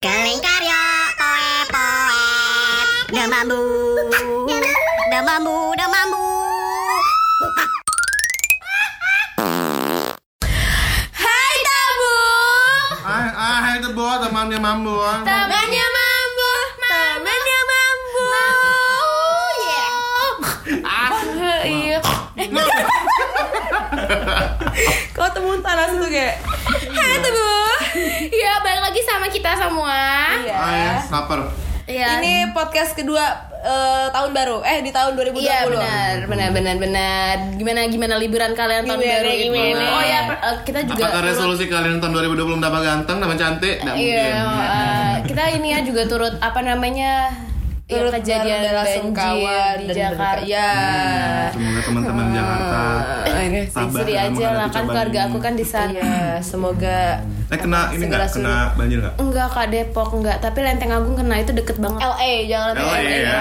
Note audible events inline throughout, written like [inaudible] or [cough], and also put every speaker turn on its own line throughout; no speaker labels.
Keling karya poe poe demambu demambu demambu.
Hai tamu,
Ai, ai tebu temannya mambu.
temannya mambu, temannya mambu. Ah, iya.
Kau temu tanah situ kayak
Hai
Iya.
tamu. Ya balik lagi sama kita semua.
Ai, saper.
Iya.
Iya. Ini podcast kedua eh, tahun baru Eh di tahun 2020
Iya benar, benar, benar, benar. Gimana gimana liburan kalian tahun
Gimana,
baru itu?
gimana? iya,
Oh ya, per- eh, kita juga.
Apakah resolusi kalian tahun 2020 mendapat ganteng, tambah cantik? Tidak
Iya,
mungkin.
eh, kita ini ya juga turut apa namanya? ya,
Turut
kejadian
berbelasungkawa
banjir di
dan
Jakarta.
berduka.
Iya.
Ya
Semoga teman-teman Jakarta.
Eh, ini
Sabar dalam
Sendiri Oh, aja lah
menghadapi
kan
cobaan
keluarga
ini.
aku kan di sana.
Iya semoga
Eh kena ini nggak?
Segera
Kena banjir nggak?
Enggak Kak Depok enggak, tapi Lenteng Agung kena itu deket banget.
LA jangan
LA, ya.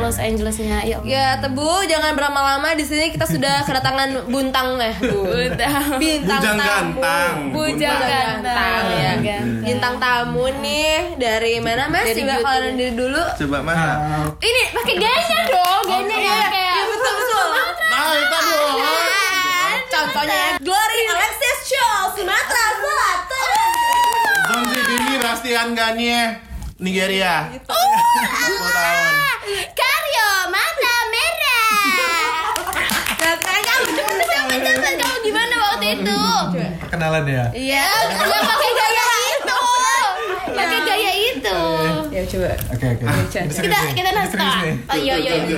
Oke.
Los Angelesnya. Ya. Allah.
Ya tebu jangan berlama-lama di sini kita
[laughs]
sudah kedatangan buntang ya
Buntang.
bintang
Bujang
tamu.
gantang.
bujang
Bujang
gantang ya
gantang.
bintang tamu nih dari mana mas
Dari
coba
YouTube.
kalian diri dulu Iya,
Coba mana?
Ini pakai gayanya dong, gayanya ya kayak.
betul Iya, betul
Nah, itu bu.
Ah, iya.
Contohnya Glory Alexis Show
Iya,
Sumatera Selatan.
Zonzi Dini Rastian Ganye Nigeria.
Oh, iya.
10 tahun.
Karyo mata merah.
Nah, sekarang kamu
Teman-teman kamu gimana waktu itu?
Perkenalan ya.
Eh,
Iya, enggak pakai gaya itu. Pakai gaya itu.
Ya coba.
Oke oke. Ini serius
Kita
nih.
kita
Ini
nasta.
serius nih.
Oh iya iya. iya.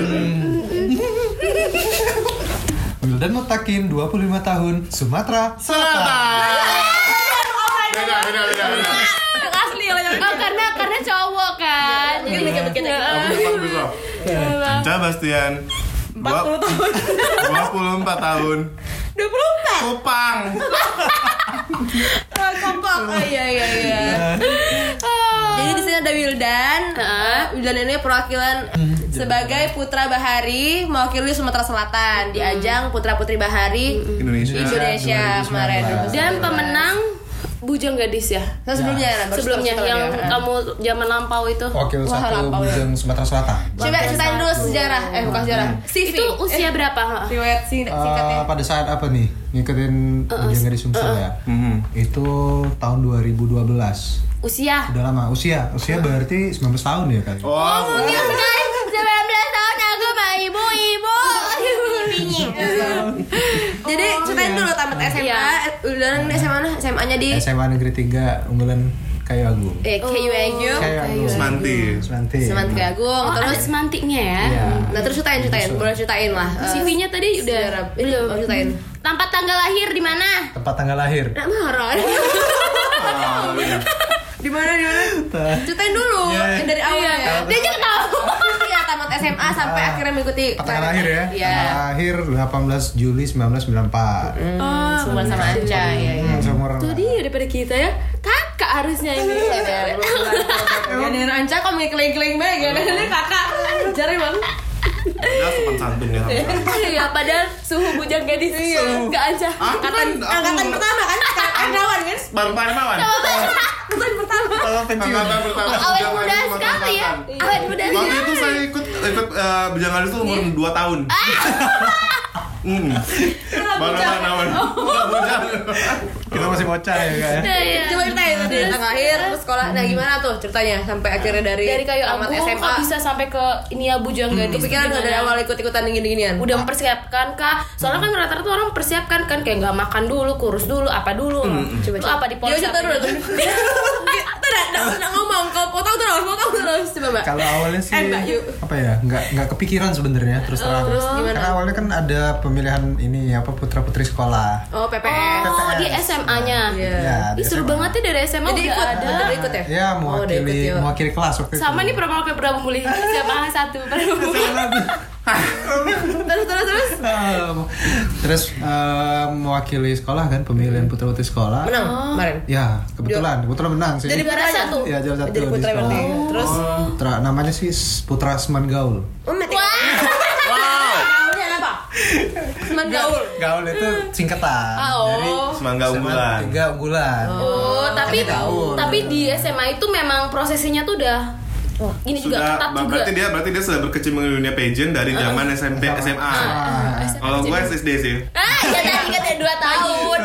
Wildan Mutakin 25 tahun Sumatera.
Selamat.
Iya.
Beda, beda, beda, beda.
Asli loh. Oh, karena karena cowok kan. Jadi kayak begitu.
Aku bisa, Caca Bastian. 24
40 tahun.
tahun
24.
Kupang
Oh, Kongkong. Oh iya iya iya. Jadi di sini ada Wildan. Wildan ini Eh, perwakilan sebagai Putra Bahari mewakili Sumatera Selatan di ajang Putra Putri Bahari
Hmm,
Indonesia,
Indonesia
2019.
kemarin.
Dan pemenang Bujang Gadis ya.
Nah, sebelumnya baru
Sebelumnya
setahun
yang
ya.
kamu zaman lampau itu.
Wakil
Wah,
satu
lampau ya.
Bujang Sumatera Selatan.
Coba ceritain dulu sejarah, eh bukan sejarah, Oh. CV.
Itu usia berapa?
Riwayat sing-
Eh,
singkatnya.
pada saat apa nih
Eh,
ngikutin Bujang Gadis Sumsel ya? Itu tahun 2012.
Usia.
Udah lama usia
Eh.
usia berarti 19 tahun ya kali.
Oh.
Wow
Guys, 19 tahun aku sama ibu-ibu. Ibunya.
Jadi ceritain dulu tamat SMA,
Oh, Iya.
eh, udah ini SMA mana? SMA-nya di
SMA Negeri 3 Unggulan Kayu Agung.
eh KU Agung.
Kayu Agung.
Semanti
Semanti.
Semat Kayu Agung.
Oh, ada
Terus
semantiknya ya.
Iya.
nah terus ceritain ceritain, boleh ceritain lah. Eh,
CV-nya tadi
sejarah.
udah
Ini
belum.
boleh ceritain.
Tempat tanggal lahir di mana?
Tempat tanggal lahir.
Nak marah. [laughs] Di mana di mana? Ceritain dulu
Iya.
eh, dari awal ya.
Dia juga tahu.
Iya, tamat SMA sampai akhirnya mengikuti
Tempat tanggal lahir ya.
Iya.
Tanggal lahir 18 Juli 1994.
Oh,
Semua sama Anca ya.
Hmm, seumur
Jadi daripada kita ya, kakak harusnya ini.
Iya, Dengan Iya, Anca kok mengkeling-keling banget, gak ini kakak Jarang banget
Ada sopan santun ya
Iya, padahal suhu bujang gadis nggak aja.
Aku kan
Iya. Angkatan
aku
pertama kan, Anawan kan
Baru Parmawan
Angkatan pertama
Kalau
Angkatan pertama
Awet
Bujang
muda
Gadis Sumatera
sekali ya.
Selatan.
Awet muda
Waktu
sekali.
itu saya ikut ikut eh, Bujang Gadis itu umur 2 tahun Hmm Baru Parmawan Bukan Bujang
Kita masih bocah ya kak
Eh,
ya.
Iya.
Coba ceritain dari tanggal lahir terus sekolah. Nah, gimana tuh ceritanya sampai akhirnya dari
dari kayu
tamat
agung
SMA
kok bisa sampai ke ini ya bujang gadis
kepikiran nggak dari
Gimana?
awal ikut-ikutan gini-ginian?
ya. udah mempersiapkan kah soalnya kan rata-rata orang mempersiapkan kan kayak nggak makan dulu kurus dulu apa dulu coba
coba.
apa di gitu.
Coba
polsek
cerita dulu tuh. [laughs] Tidak, tidak ngomong. Kau potong terus, potong terus. Coba mbak.
Kalau awalnya sih
Eh, Mbak Yu.
apa ya? Nggak nggak kepikiran sebenarnya terus terang.
gimana?
Karena awalnya kan ada pemilihan ini apa putra putri sekolah.
Oh, PPS.
oh
PTS.
di SMA nya
Iya.
di
Ih, seru
SMA.
banget ya dari SMA
Jadi
udah
ikut,
ada
bener ikut ya?
Ya
Oh, udah ikut,
mewakili
yuk.
mewakili kelas waktu itu.
sama nih perempuan ke berapa bully siapa satu perempuan
Terus, terus, terus.
Nah, terus eh, mewakili sekolah kan pemilihan putra putri sekolah.
Hmm. Menang
Oh.
kemarin.
Ya kebetulan kebetulan menang sih.
Jadi Oh.
juara
putranya?
satu
ya juara satu
Jadi
di
putra
sekolah.
berarti. Terus,
Putra namanya sih Putra Seman Gaul.
oh, mati.
Wow
Gaulnya apa? Semen gaul.
Gaul itu singkatan
Ah, oh.
dari
Semangga
SMA
unggulan
tiga unggulan.
oh tapi tapi
satu tahun.
tapi di SMA itu memang prosesinya tuh udah gini juga
sudah
ketat
bah-
juga.
berarti dia berarti dia sudah berkecimpung di dunia pageant dari zaman SMP SMA. Kalau gue SD sih.
Ah, ya tadi kan ada dua tahun.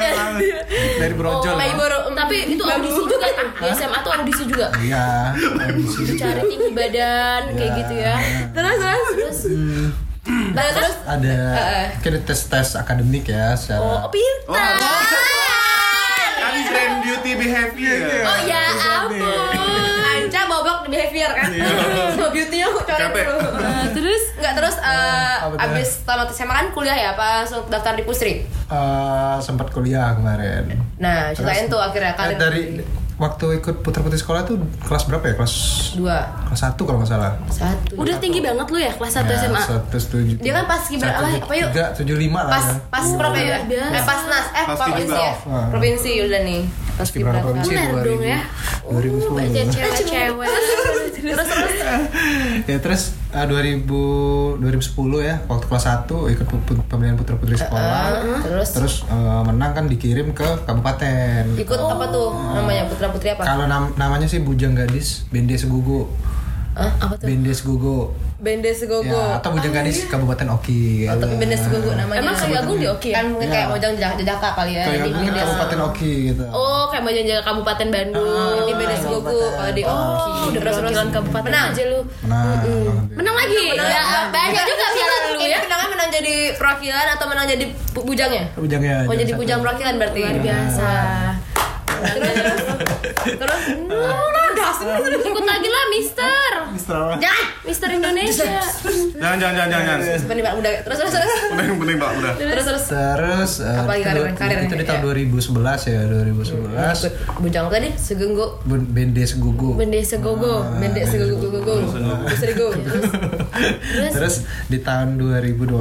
dari brojol
Oh,
ya.
baru. Tapi itu audisi juga kan? Di SMA tuh audisi juga.
iya audisi juga.
Cari tinggi badan kayak gitu ya.
Terus terus.
Terus Nah, terus
ada kayak tes tes akademik
oh
ya secara
Oh,
pintar.
apa? Kami brand beauty behavior.
Oh ya ampun.
Anca bobok di behavior kan. So [laughs] beauty-nya aku coret
Capek.
dulu.
Nah, terus
Enggak terus eh,
apa tuh?
abis tamat SMA kan kuliah ya, apa langsung daftar di Pusri.
eh, sempat kuliah kemarin
Nah,
Terus-
ceritain tuh akhirnya
Eh,
kalian
dari waktu ikut putra putri sekolah tuh kelas berapa ya kelas
dua
kelas satu kalau nggak salah
satu.
udah tinggi banget lu ya kelas 1 SMA.
satu tujuh
Dia kan pas gibran lah, apa yuk?
tiga tujuh lima lah
Pas
ya.
pas prop ya.
udah.
Eh pas nas eh
Pas
provinsi
Gibran.
ya. Provinsi udah nih.
pas Gibran provinsi
Bener
dua
dong
ribu
ya.
dua ribu sepuluh
Baca cewek-cewek.
ya terus eh, 2000 2010 ya waktu kelas 1 ikut pu- pu- pemilihan putra putri sekolah
Ah, Terus
terus eh, menang kan dikirim ke kabupaten
ikut apa tuh namanya putra putri apa?
kalau nam- namanya sih bujang gadis bende segugu
Hah? Apa tuh?
bende segugu
Bendes
ya
Gogo.
atau bujang gadis kabupaten oki
Ah, iya. Oh,
gitu.
Tapi Bendes Gogo namanya.
Emang kayak Agung di oke ya?
kan mungkin kayak Mojang Jaka Jaka kali ya.
kayak
Jadi
mungkin
Bendes
Iya. kabupaten oki gitu
Oh, kayak Majan Jaga Kabupaten Bandung.
Jadi Bendes Gogo kalau di Oki.
Oh, udah terus urusan kabupaten
Menang. Iya,
aja lu.
nah
Menang lagi. Ya, banyak juga piala lu
Ini
ya.
menangnya menang jadi perwakilan atau menang jadi bu- bujangnya?
bujang ya
Oh jadi
satu.
bujang perwakilan berarti luar biasa. Terus terus terus
Ikut lagi lah, Mister.
Mister apa?
Jangan, Mister Indonesia.
Jangan jangan jangan jangan. jangan.
Sebenarnya Mbak, udah terus terus terus
Penting penting pak udah.
terus terus
terus eh,
Apalagi
itu,
karir- karir
itu di
ya.
tahun 2011 ya 2011
Ikut bujang tadi segenggo
Ben- bende segugu [laughs]
Bende Segogo.
Ah,
mendek segenggo go go go
Terus, di tahun 2012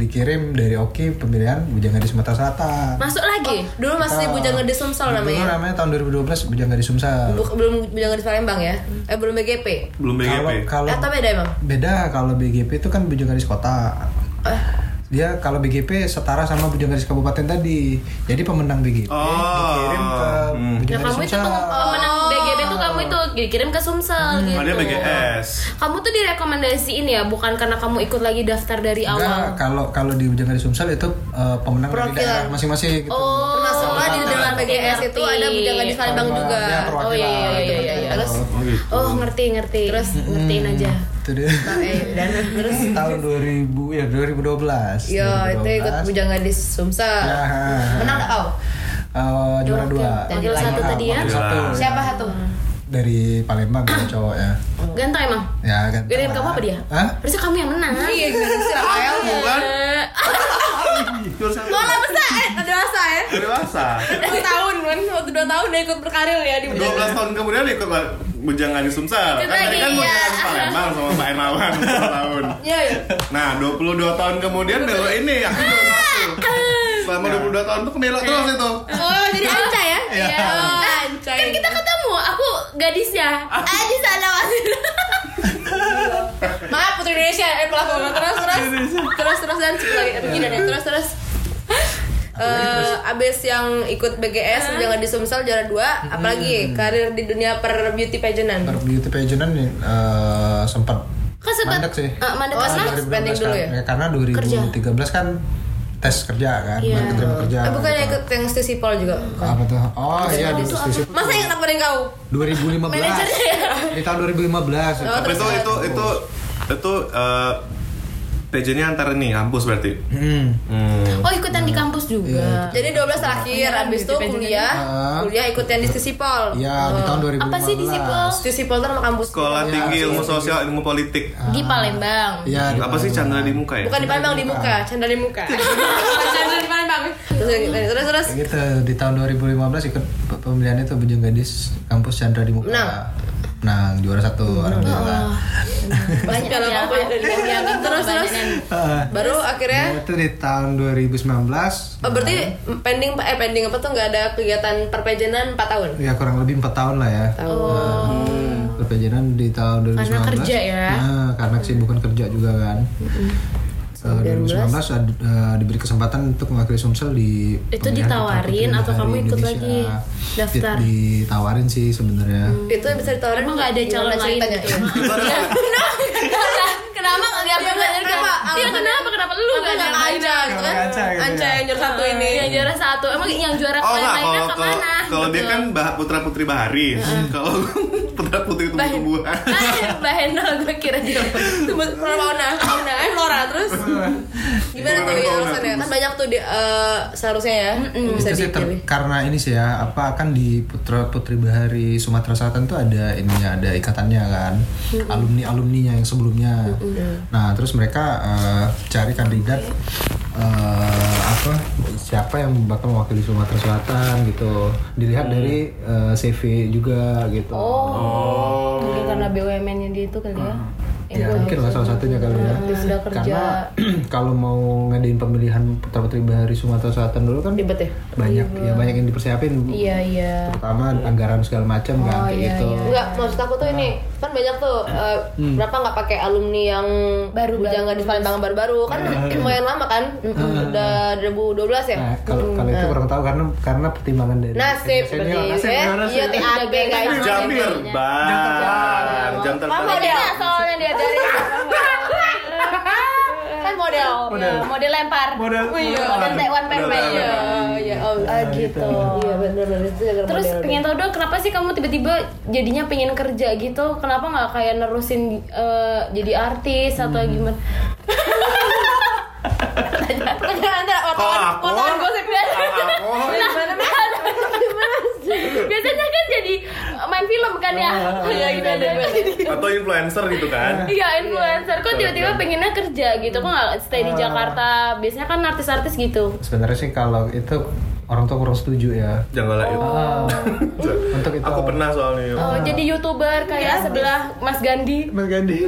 dikirim dari Oki pemilihan Bujang Gadis Sumatera Selatan.
Masuk lagi.
Dulu
Ah.
masih bujang gadis Sumsel
Dulu
namanya.
namanya tahun 2012 Bujang Gadis Sumsel.
Buk- belum bujang gadis Palembang ya? Eh belum BGP.
Belum BGP.
Kalau kalau
Atau beda emang?
beda kalau BGP itu kan Bujang Gadis Kota.
Eh.
Dia kalau BGP setara sama Bujang Gadis Kabupaten tadi. Jadi pemenang BGP
Oh.
dikirim ke
Hmm.
Bujang
Ya
Gadis
kamu itu
Iya, Sumsel.
pem- pemenang BGB tuh kamu itu dikirim ke Sumsel
Hmm,
gitu.
Ada BGS.
Kamu tuh direkomendasiin ya, bukan karena kamu ikut lagi daftar dari
Enggak,
awal.
kalau kalau di Bujang Gadis Sumsel itu eh, pemenang dari
Perwakilan.
daerah masing-masing gitu.
Oh,
Termasuklah di dalam BGS itu ada bujang gadis Palembang juga.
Ya,
Oh
perwakilan.
iya iya iya iya. iya.
Terus
Oh gitu.
Oh ngerti ngerti. Terus
Hmm.
ngertiin aja.
Itu
[laughs]
dia.
eh dan terus
tahun 2000 ya 2012.
Yo, iya,
Iya,
itu ikut
2012.
bujang gadis Sumsel.
Ya.
Menang gak kau?
Eh, juara dua.
Wakil satu tadi ya.
Wakil satu.
Siapa satu?
Dari Palembang ya, cowok ya.
Ganteng emang.
Ya kan.
Gedein kamu apa dia?
Hah?
Harusnya kamu yang menang.
Iya, gadis Rafael.
Bukan.
Eh,
Malah besar, eh, dewasa ya.
Dewasa.
Dua tahun kan, waktu dua tahun udah ikut berkarir ya di bujang.
12 tahun kemudian ikut Pak Bujang Gadis Sumsel. Kan
Itu
tadi
lagi,
kan Bujang
iya.
Gadis Palembang sama Pak
[laughs]
Emawan 10 tahun.
Iya, iya.
Nah, 22 tahun kemudian Nelo ini aku 21. Selama 22 tahun tuh Nelo terus itu.
Oh, jadi Anca ya?
Iya.
Oh, Anca.
Kan kita ketemu, aku gadisnya. Ah di sana masih.
Maaf Putri Indonesia, eh pelakon terus terus terus terus dan lagi gini deh terus terus. Eh, abis yang ikut BGS, jangan di Sumsel juara 2 apalagi karir di dunia per beauty pageantan.
Hmm. Per beauty pageantan eh, sempat
Kan sempat-
mandek sih.
eh, mandek
Tahun
karena
Oh,
2012
spending dulu ya?
kan. Karena 2013 kan tes kerja kan,
Iya. ya,
keterima kerja.
Eh, bukan yang ikut yang Stussy Paul juga.
apa tuh? Oh iya di sisi
Masa yang namparin kau?
2015.
ya?
Di tahun 2015.
Oh,
Tapi itu itu itu itu eh PJ-nya antara nih kampus berarti.
Hmm.
Hmm.
Oh ikutan di kampus
Iya,
juga.
Jadi 12 terakhir, abis itu kuliah,
Ah.
kuliah ikut yang di Sisipol.
Iya, di tahun 2015.
Apa sih di Sipol?
Sisipol tuh nama kampus.
Sekolah
Iya,
Tinggi
sih.
Ilmu Sosial Ilmu Politik.
Di Palembang.
Iya, di
Apa sih
tahun
Chandra di muka ya?
Bukan di Palembang, di muka,
Ah.
canda di [laughs] muka. canda di Palembang. Terus terus terus
Ya gitu di tahun 2015 ikut pe- pemilihan itu Bujang Gadis kampus Chandra di Muka.
Menang.
Menang juara satu
Hmm. Oh.
alhamdulillah.
banyak dalam
Ya,
apa
banyak
ya?
yang
Terus terus
Heeh.
baru
Ya,
akhirnya
itu di tahun 2019.
Oh, berarti pending eh pending apa tuh nggak ada kegiatan perpejenan 4 tahun.
Ya kurang lebih 4 tahun lah ya. Nah, perpajanan di tahun 2019.
Karena kerja Oh. ya.
Nah, karena kesibukan kerja juga kan. eh, 2019 ad- eh, diberi kesempatan untuk mewakili Sumsel di
Itu
pemilihan
ditawarin
putra putri
atau kamu ikut
Indonesia.
lagi daftar? Mm.
Di- Ditawarin sih sebenarnya.
itu bisa ditawarin
Emang nggak ada
gimana
calon lain
[laughs] ceritanya?
gitu?
kenapa nggak
Dia Iya, kenapa? Dia kenapa? Kenapa lu nggak
ada
ada? Ah, iya.
Anca gitu kan
Kenapa nggak Anca gitu ya?
Anca yang nyuruh satu ini
Yang juara satu, emang yang juara
Oh enggak,
lain-lainnya
kalau kalau
kemana?
kalau dia
Gitu.
kan putra putri Bahari, kalau [laughs] putra putri tumbuh-tumbuhan.
Ah, [laughs] Mbak Hendel gue kira dia
Cuma Fauna, Fauna, eh Flora terus gimana tuh ya alasannya? Kan banyak tuh di, eh, seharusnya ya
Hmm,
bisa
Itu sih ter-
dipilih.
karena ini sih ya apa akan di Putra Putri Bahari Sumatera Selatan tuh ada ininya ada ikatannya kan
Hmm.
alumni alumninya yang sebelumnya nah terus mereka eh, cari kandidat eh, apa siapa yang bakal mewakili Sumatera Selatan gitu dilihat dari eh, CV juga gitu
Hmm. Oh, mungkin karena BUMN-nya dia itu kali ya.
ya mungkin lah salah satunya kali ya
Sudah iya. Hmm, kerja
karena [clears throat] kalau mau ngadain pemilihan Putra Putri Bahari Sumatera Selatan dulu kan
ribet ya?
banyak ya banyak yang dipersiapin
Iya, iya.
pertama anggaran segala macam
Oh,
kan kayak
iya,
gitu
Enggak, maksud aku tuh
Ah.
ini kan banyak tuh eh,
Hmm.
berapa nggak pakai alumni yang
Baru-baru.
bujangan di Palembang baru-baru kan
Iya.
lumayan lama kan udah 2012 ya
Ah, Nah, kalau kalau itu kurang tahu karena karena pertimbangan dari
nasib
senior.
berarti eh
Nasib, benar, nasib.
iya TAB guys
Jam terbang, jam terbang.
Kan modelnya soalnya dia dari kan model model, model lempar
Model-
iya model take one
Model
man man.
take one
iya iya oh
Nah,
gitu iya benar benar itu gara-gara
Terus
model.
pengen tau dong kenapa sih kamu tiba-tiba jadinya pengen kerja gitu? Kenapa nggak kayak nerusin eh, jadi artis atau
Hmm.
gimana?
Pertanyaan antara wartawan
Kalau aku-
wartawan gosip ya
Nah,
Oh,
Biasanya kan jadi main film kan ya?
iya gitu ada
atau influencer gitu kan?
Iya influencer kok tiba-tiba pengennya kerja gitu kok nggak stay di
Ah.
Jakarta? Biasanya kan artis-artis gitu.
sebenarnya sih kalau itu orang tua kurang setuju ya
Jangan lah itu.
Oh.
[laughs] untuk itu
Aku pernah soalnya.
Ah.
Oh, jadi youtuber
Iya,
kayak sebelah Mas Gandhi.
Mas Gandhi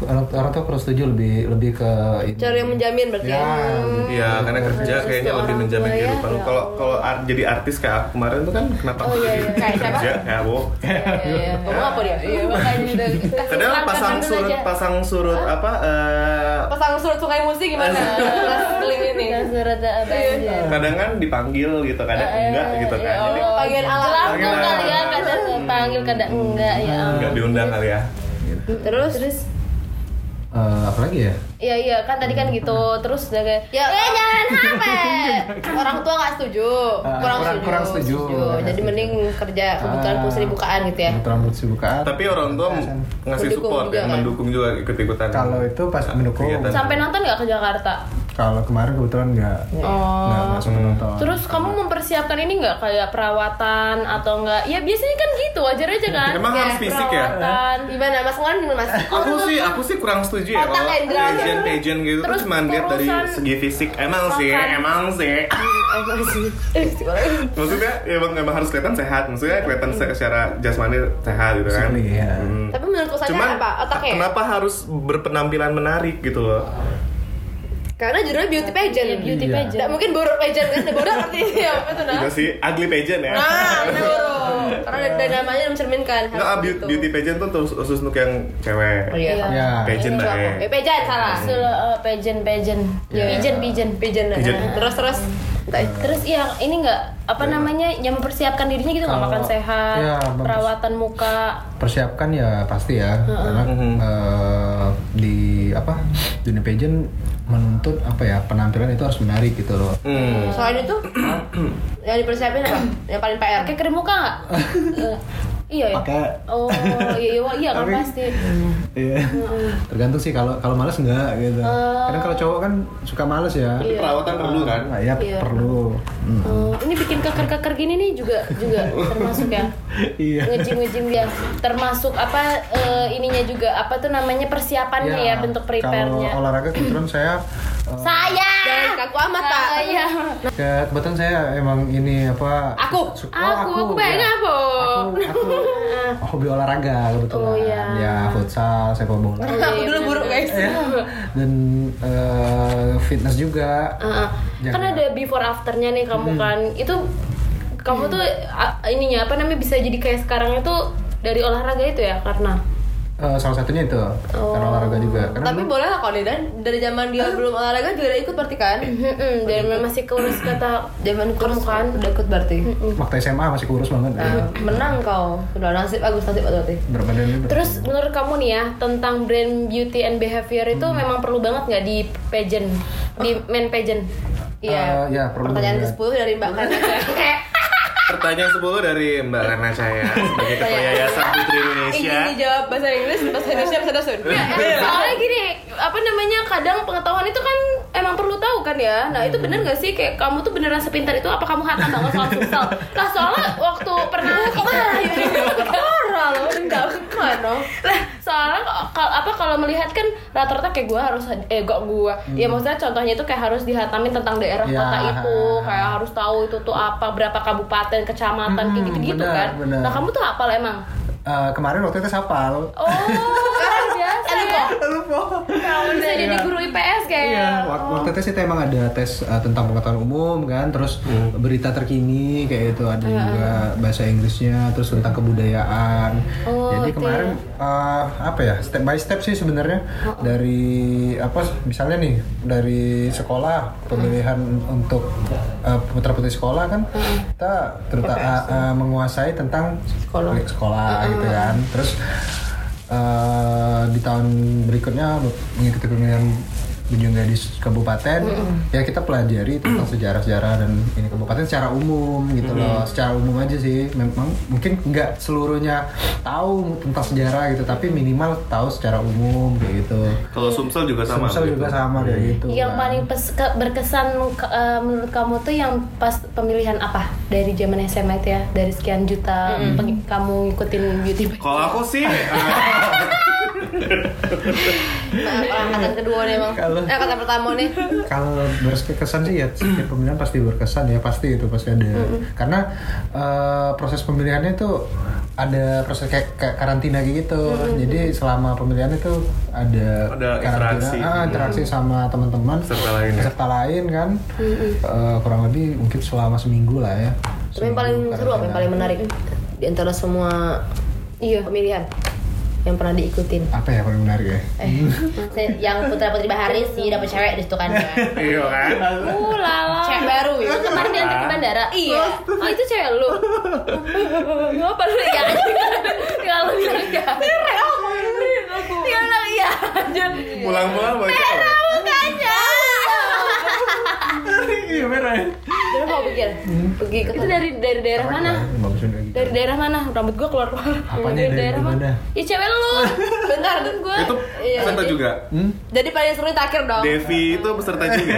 orang, orang tua kurang setuju lebih lebih ke ini.
cara yang menjamin berarti
ya
Iya, karena kerja kayaknya lebih
ya.
menjamin kehidupan. Kalau kalau ar- jadi artis kayak aku kemarin tuh kan kenapa
Oh,
aku
iya,
jadi
Kayak siapa?
kerja kayak aku.
Iya, ngomong apa dia iya makanya udah
Kadang
Pelan-pelan
pasang
dulu
surut
aja.
pasang surut apa? eh,
pasang surat sungai musi gimana
Iya.
Pas keliling ini
Iya.
kadang kan dipanggil gitu, kadang
Eh,
enggak gitu kan. Jadi Hmm.
oh bagian alam
Lagu kali ya kadang panggil kadang enggak ya.
enggak diundang kali ya.
terus terus
Eh, apalagi ya
Iya iya kan tadi kan gitu terus udah kayak
ya eh jangan HP orang tua nggak setuju kurang,
Ah, kurang-
setuju,
kurang setuju. Kurang
jadi
setuju.
mending kerja kebutuhan
Ah.
pulsa dibukaan gitu ya
rambut bukaan
Tapi orang tua ngasih
Mendukung
support
juga
ya,
kan?
mendukung juga ikut-ikutan.
Iya, kan.
Nah,
kalau itu pas mendukung
Kegiatan.
sampai nonton nggak ke Jakarta. Oh.
kalau kemarin kebetulan nggak
Iya.
Oh.
nggak nggak sempat nonton
Terus kamu mempersiapkan ini nggak kayak perawatan atau enggak? Ya biasanya kan gitu wajar aja kan.
Emang harus fisik ya?
Perawatan.
gimana mas Ngon gimana mas
aku sih aku sih kurang setuju ya
Otak
kalau
Hendra.
agent agent gitu
Terus
terus cuma lihat dari
urusan-
segi fisik emang sih
Makan.
emang sih
Eh,
maksudnya ya emang, emang harus kelihatan sehat maksudnya kelihatan se- secara jasmani sehat gitu kan
Fisik, iya.
Hmm.
tapi menurut saya
cuman
apa otaknya ya?
kenapa harus berpenampilan menarik gitu loh
karena judulnya beauty pageant
Ya, beauty
Iya.
pageant.
Nggak mungkin borok pageant kan borok artinya apa tuh nah
itu Iya sih ugly pageant ya
nah itu borok karena dari- dari namanya mencerminkan
Nggak, ah,
harus
beauty,
gitu.
beauty pageant tuh terus khusus untuk yang
Oh,
cewek
iya
ya
pageant
Ini
lah
aku. Eh, pageant salah
Terus uh, pageant pageant. Pigeon pigeon.
pageant nah.
Pageant.
terus terus
Nah.
Terus yang ini nggak apa namanya yang mempersiapkan dirinya gitu nggak
Iya. Kalau-
makan sehat,
Iya, mempersi-
perawatan muka.
persiapkan ya pasti ya karena
Mhm.
eh, di apa dunia pageant menuntut apa ya penampilan itu harus menarik gitu loh
Hmm.
selain itu yang dipersiapin apa yang paling PR
Pakai krim muka nggak?
[laughs]
Eh, iya ya.
pakai
Oh iya iya, iya kan pasti.
iya tergantung sih kalau kalau males enggak gitu
Oh.
karena kalau cowok kan suka males ya
Tapi
Iya.
perawatan perlu kan
Nah, ya perlu Hmm.
Oh, ini bikin keker-keker gini nih juga juga termasuk ya.
iya
Ngejim-ngejim ya. Termasuk apa eh, ininya juga apa tuh namanya persiapannya ya, bentuk prepare-nya.
Iya. kalau olahraga kebetulan saya eh,
Saya. iya.
Jangan kaku amat pak
Saya.
ke- eh, ya, kebetulan saya emang ini apa
Aku.
su- oh,
Aku aku pengen
ya.
apa?
aku, aku
[laughs]
hobi olahraga kebetulan
Oh, iya.
ya futsal sepak bola
aku dulu buruk guys
Iya. dan eh, fitness juga
Heeh.
Jangan.
Kan ada before afternya nih kamu kan. Itu kamu tuh a- ininya apa namanya bisa jadi kayak sekarang itu dari olahraga itu ya karena
eh, salah satunya itu karena olahraga juga. Karena
Tapi
dulu-
boleh lah kalau dia dan dari zaman dia belum olahraga juga udah ikut berarti kan?
Mm-mm, dari masih kurus kata zaman kemukaan
Udah ikut berarti. Nah,
waktu SMA masih kurus banget.
Ah.
ya.
Menang kau. Udah nasib Agus nasib berarti.
Berbadan ini ber-
Terus menurut kamu nih ya tentang brand beauty and behavior itu memang perlu banget nggak di pageant, di men pageant?
Eh,
Iya.
ya, perlu
Pertanyaan
juga.
ke-10 dari Mbak Kan.
Pertanyaan 10 dari Mbak Lena saya sebagai ketua Yayasan Putri
Iya.
Indonesia.
Ingin dijawab bahasa Inggris, bahasa Indonesia bahasa Dasun.
Soalnya gini, apa namanya kadang pengetahuan itu kan emang perlu tahu kan ya. Nah itu bener gak sih kayak kamu tuh beneran sepintar itu? Apa kamu hatam banget soal futsal? Lah soalnya waktu pernah parah ya, parah loh dendam
Mana?
lah soalnya kalau apa kalau melihat kan rata-rata kayak gue harus eh gak gue ya maksudnya contohnya itu kayak harus dihatamin tentang daerah
Hmm. Ya.
kota itu kayak harus tahu itu tuh apa berapa kabupaten kecamatan kayak
Hmm,
gitu-gitu
benar,
kan
benar.
nah kamu tuh hafal emang
Eh, kemarin waktu itu sapal.
oh luar biasa ya
Lupa.
kamu bisa jadi guru IPS kayak
Iya, wak- waktu tes itu emang ada tes uh, tentang pengetahuan umum kan, terus berita terkini kayak itu ada juga bahasa Inggrisnya, terus tentang kebudayaan.
Oh,
Jadi
oke.
kemarin uh, apa ya step by step sih sebenarnya dari apa misalnya nih dari sekolah pemilihan untuk uh, putra putri sekolah kan kita terutama uh, menguasai tentang sekolah, gitu kan, terus eh, di tahun berikutnya mengikuti pemilihan Bunjung Gadis Kabupaten ya kita pelajari tentang
Mm.
sejarah-sejarah dan ini kabupaten secara umum gitu loh secara umum aja sih memang mungkin nggak seluruhnya tahu tentang sejarah gitu tapi minimal tahu secara umum kayak gitu
Kalau Sumsel juga sama.
Sumsel juga sama kayak gitu
yang
kan.
paling pes- ke- berkesan ke- eh, menurut kamu tuh yang pas pemilihan apa dari zaman SMA itu ya dari sekian juta peng- kamu ngikutin beauty
Kalau aku
[laughs]
sih eh,
Nah, angkatan kedua nih emang.
Kalau-
Eh, angkatan pertama nih.
Kalau berkesan sih ya setiap pemilihan pasti berkesan ya pasti itu pasti ada karena eh, proses pemilihannya itu ada proses kayak, kayak karantina kayak gitu jadi selama pemilihan itu ada,
Ada interaksi. gitu.
ah, interaksi sama teman-teman
Peserta lain ya.
peserta lain kan Eh, kurang lebih mungkin selama seminggu lah ya
Tapi yang paling
Seminggu
seru apa yang
karantina.
paling menarik di antara semua iya pemilihan yang pernah diikutin?
apa ya paling menarik ya
Saya- yang putra putri bahari sih dapat cewek di situ kan cewek
iya kan.
Uh, lala.
baru ya
kemarin diantar
Ah.
ke bandara iya oh, itu cewek lu ngapa lu ya kalau bilang ya dia bilang iya aja
Pulang-pulang bawa cewek. Iya merah. ya?
terus mau pikir
Hmm.
pergi ke
itu dari dari daerah mana
bagus juga gitu
dari daerah mana rambut gua keluar keluar
Apanya dari- dari mana?
ya cewek lu
bentar
gua
Itu peserta juga.
jadi paling seru terakhir dong
Devi itu peserta
Eh,
juga.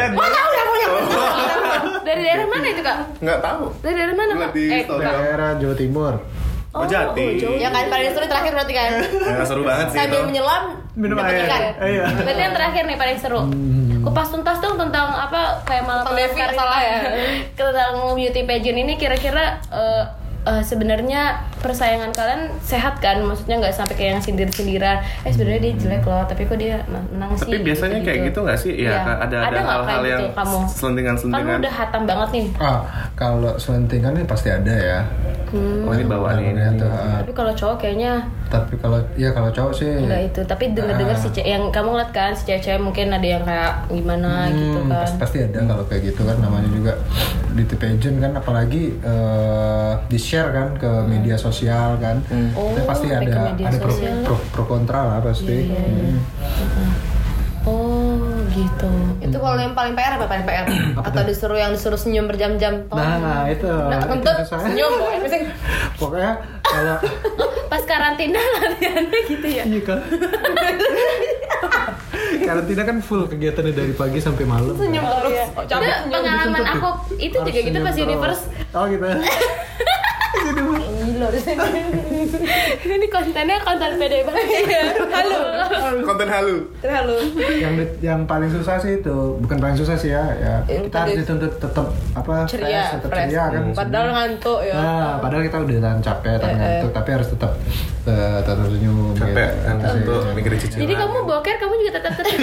dari daerah mana itu kak
Nggak tahu.
dari daerah mana kak
Lihat di
eh
story.
daerah Jawa Timur
Oh, Jati.
ya kan paling seru terakhir berarti kan
Ya, seru banget sih itu.
sambil menyelam
minum
dapat
air
ikan
iya
berarti yang terakhir nih paling seru
Hmm.
kupas tuntas dong tentang apa kayak malam
Tentang Devi, salah ya.
[laughs] tentang beauty pageant ini kira-kira eh, eh, sebenarnya persaingan kalian sehat kan maksudnya nggak sampai kayak yang sindir-sindiran eh sebenarnya dia jelek loh tapi kok dia menang sih
Tapi biasanya kayak gitu nggak sih? Iya,
Iya.
ada ada
nggak
hal-hal
kayak
yang
gitu kamu kan lu
selentingan-selentingan.
udah hatam banget nih
Ah, kalau selentingan ini pasti ada ya.
Hmm.
Oh, ini bawaannya ini.
Benar-benar ada. Ah,
tapi kalau cowok kayaknya
Tapi kalau ya kalau cowok sih
nggak Nah, itu tapi denger-denger si ce- yang kamu ngeliat kan si cewek-cewek mungkin ada yang kayak gimana gitu
hmm,
kan
pas- pasti ada kalau kayak gitu kan namanya juga di TV agent kan apalagi eh, di share kan ke media sosial kan. Itu
Hmm. Oh,
pasti
sampai ke
ada
media
ada pro,
sosial. Iya,
pro, pro kontra lah pasti. Hmm.
oh gitu
itu kalau yang paling PR apa paling PR atau disuruh yang disuruh senyum berjam-jam
Oh.
Nah, itu.
Nah,
itu
kentut,
susah.
senyum, pokoknya pusing.
Pokoknya kalau
pas karantina [laughs] latihannya gitu ya
iya
[laughs]
kan. Karantina kan full kegiatannya dari pagi sampai malam. kan.
senyum terus Oh,
Itu
capek senyum.
pengalaman
Harus
aku itu juga gitu
senyum
pas
terus.
universe [laughs]
Oh gitu.
ini kontennya konten pede
Iya.
banget halo
Konten halu.
Halo.
yang di- yang paling susah sih itu bukan paling susah sih ya, ya
Yang
kita harus
tadi-
dituntut tetap apa
ceria
fresh, tetap
fresh. Hmm.
ceria kan
padahal ngantuk ya eh.
nah padahal kita udah tahan capek tahan ngantuk tapi harus tetap eh, tetap senyum
Capek kan
Itu Iya sih.
untuk mikirin cicilan.
jadi kamu boker kamu juga tetap
[laughs]
tetap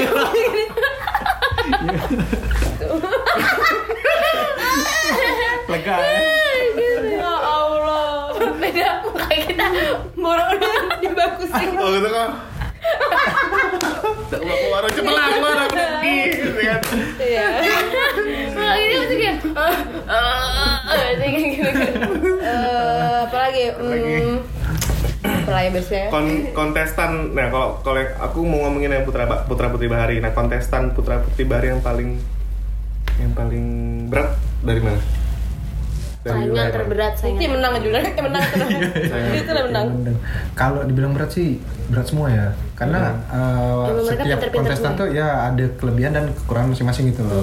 lega ya
ya Allah
Sampai beda muka kita boronan dibagusin
Oh gitu kan. Udah keluar cepet
Iya.
lah keluar aku udah pergi gitu kan.
muka ini masih kayak eh,
Ah,
eh, eh, kayak gitu
Eh, apalagi
Apalagi?
hmm, apalagi biasanya
Kon- kontestan nah kalau kalau yang- aku mau ngomongin yang putra Ba- putra putri bahari nah kontestan putra putri bahari yang paling yang paling berat dari mana
Iya,
saingan
wilayah mana?
terberat [laughs]
Ini
saingan
menang juga, eh menang terus.
Saingan.
Itu lah menang.
Bener. Iya, Kalau dibilang berat sih berat semua ya, karena eh,
Emang mereka
setiap
pinter-pinter
kontestan
semua
tuh ya ada kelebihan dan kekurangan masing-masing gitu loh.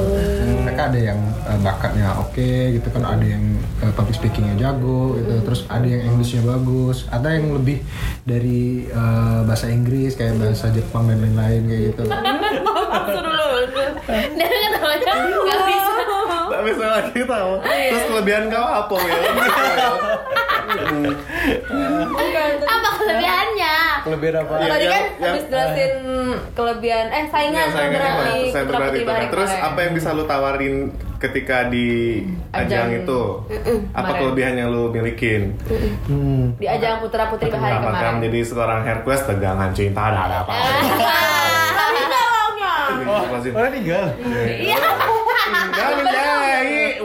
Mereka ada yang eh, bakatnya oke gitu kan, ada yang eh, public speakingnya jago gitu, terus ada yang Englishnya bagus, ada yang lebih dari eh, bahasa Inggris kayak bahasa Jepang dan lain-lain kayak gitu.
Suruh dulu dan kenapa kan nggak bisa
Oh.
Gak bisa lagi tau
iya.
Terus kelebihan kau apa Wil?
apa kelebihannya
Kelebihan apa?
Iya,
Tadi
yang-
kan
yang-
habis jelasin kelebihan eh saingan
Yang saya ingat
terberat
apa?
di
Saya
Putra
berat
Putri
itu kan.
Bali
Terus
kemarin.
apa yang bisa lu tawarin ketika di ajang
Ajang.
itu? Apa
kemarin.
kelebihannya lu milikin?
Hmm.
di ajang Putra Putri Bahari
Apakah
kemarin?
menjadi seorang Hercules tegangan cinta ada ada apa?
Eh. [laughs]
Orang tinggal.
Iya.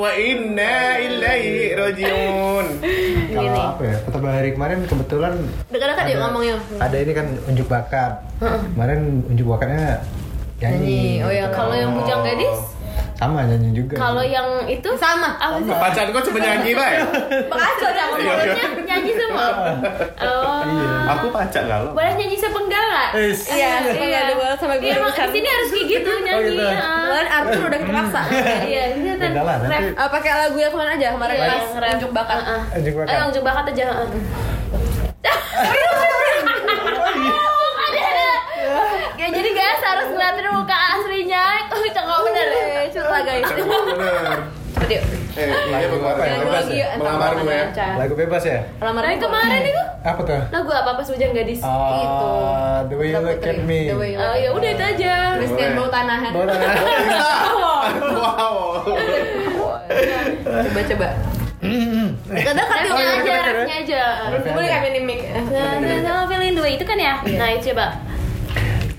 wa inna ilaihi rajiun.
Kalau apa ya? Kota Bahari kemarin kebetulan
Dekat-dekat ya
ada-
ngomongnya.
Ada ini kan unjuk bakat. Kemarin unjuk bakatnya
Nyanyi.
nyanyi.
Oh ya,
gitu.
kalau yang bujang gadis
sama nyanyi juga.
kalau yang itu
Sama.
apa sih
Pacar gua cuma nyanyi,
[laughs]
Bay.
Makasih udah
Iya.
Pokoknya nyanyi semua
Iya.
oh
Aku pacar gak lo?
boleh nyanyi sepenggal nggak?
Eh,
Iya, sepenggal di bawah sama
Iya,
gue.
emang di sini harus kayak gitu nyanyi.
gitu.
ah.
Kemarin Arthur udah terpaksa.
Iya, ini kan
Udah lah, nanti-
rap.
Ah, pakai lagu yang kemarin aja kemarin
Iya,
pas
yang rap.
unjuk bakat.
Ah, ah.
unjuk
Eh,
bakat.
langsung bakat aja.
[laughs]
ah. Ada, ada. Ya jadi guys harus ngeliatin muka aslinya. Oh, cengok bener.
Eh, cut lah guys.
Bener.
Seperti
Eh, iya
Lagu
pengeluaran
apa ya?
yang bebas
lagi
ya? Melamar gue ya.
Lagu bebas ya?
Pelamar
Nah, kemarin itu
Apa tuh?
lagu apa pas hujan gadis
Ah,
itu.
The Way You Look at Me.
The Way You
Oh, ya udah itu aja.
Christian Bau Tanahan.
Boleh.
[laughs] Wow.
Coba-coba. Kadang kadang
Refnya aja, refnya aja.
Boleh kami nih mic.
Nah, nah, nah, feeling the way itu kan ya?
Iya.
Nah, itu coba.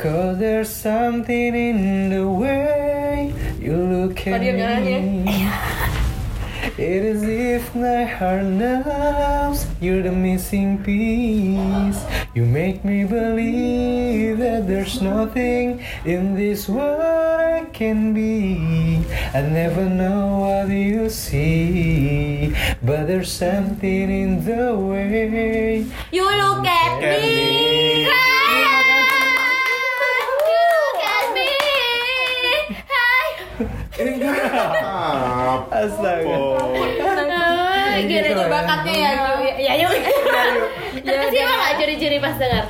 Cause there's something in the way you look at
Tadi yang nyanyi.
me. It is if my heart knows you're the missing piece. You make me believe that there's nothing in this world I can be. I never know what you see, but there's something in the way.
You look at me. You look at me. Hi.
Ah,
Astaga.
oh.
Ah, Gini
Gitu
tuh
ya.
bakatnya ya. Yu. Ya yuk. Terkesima nggak juri-juri pas denger?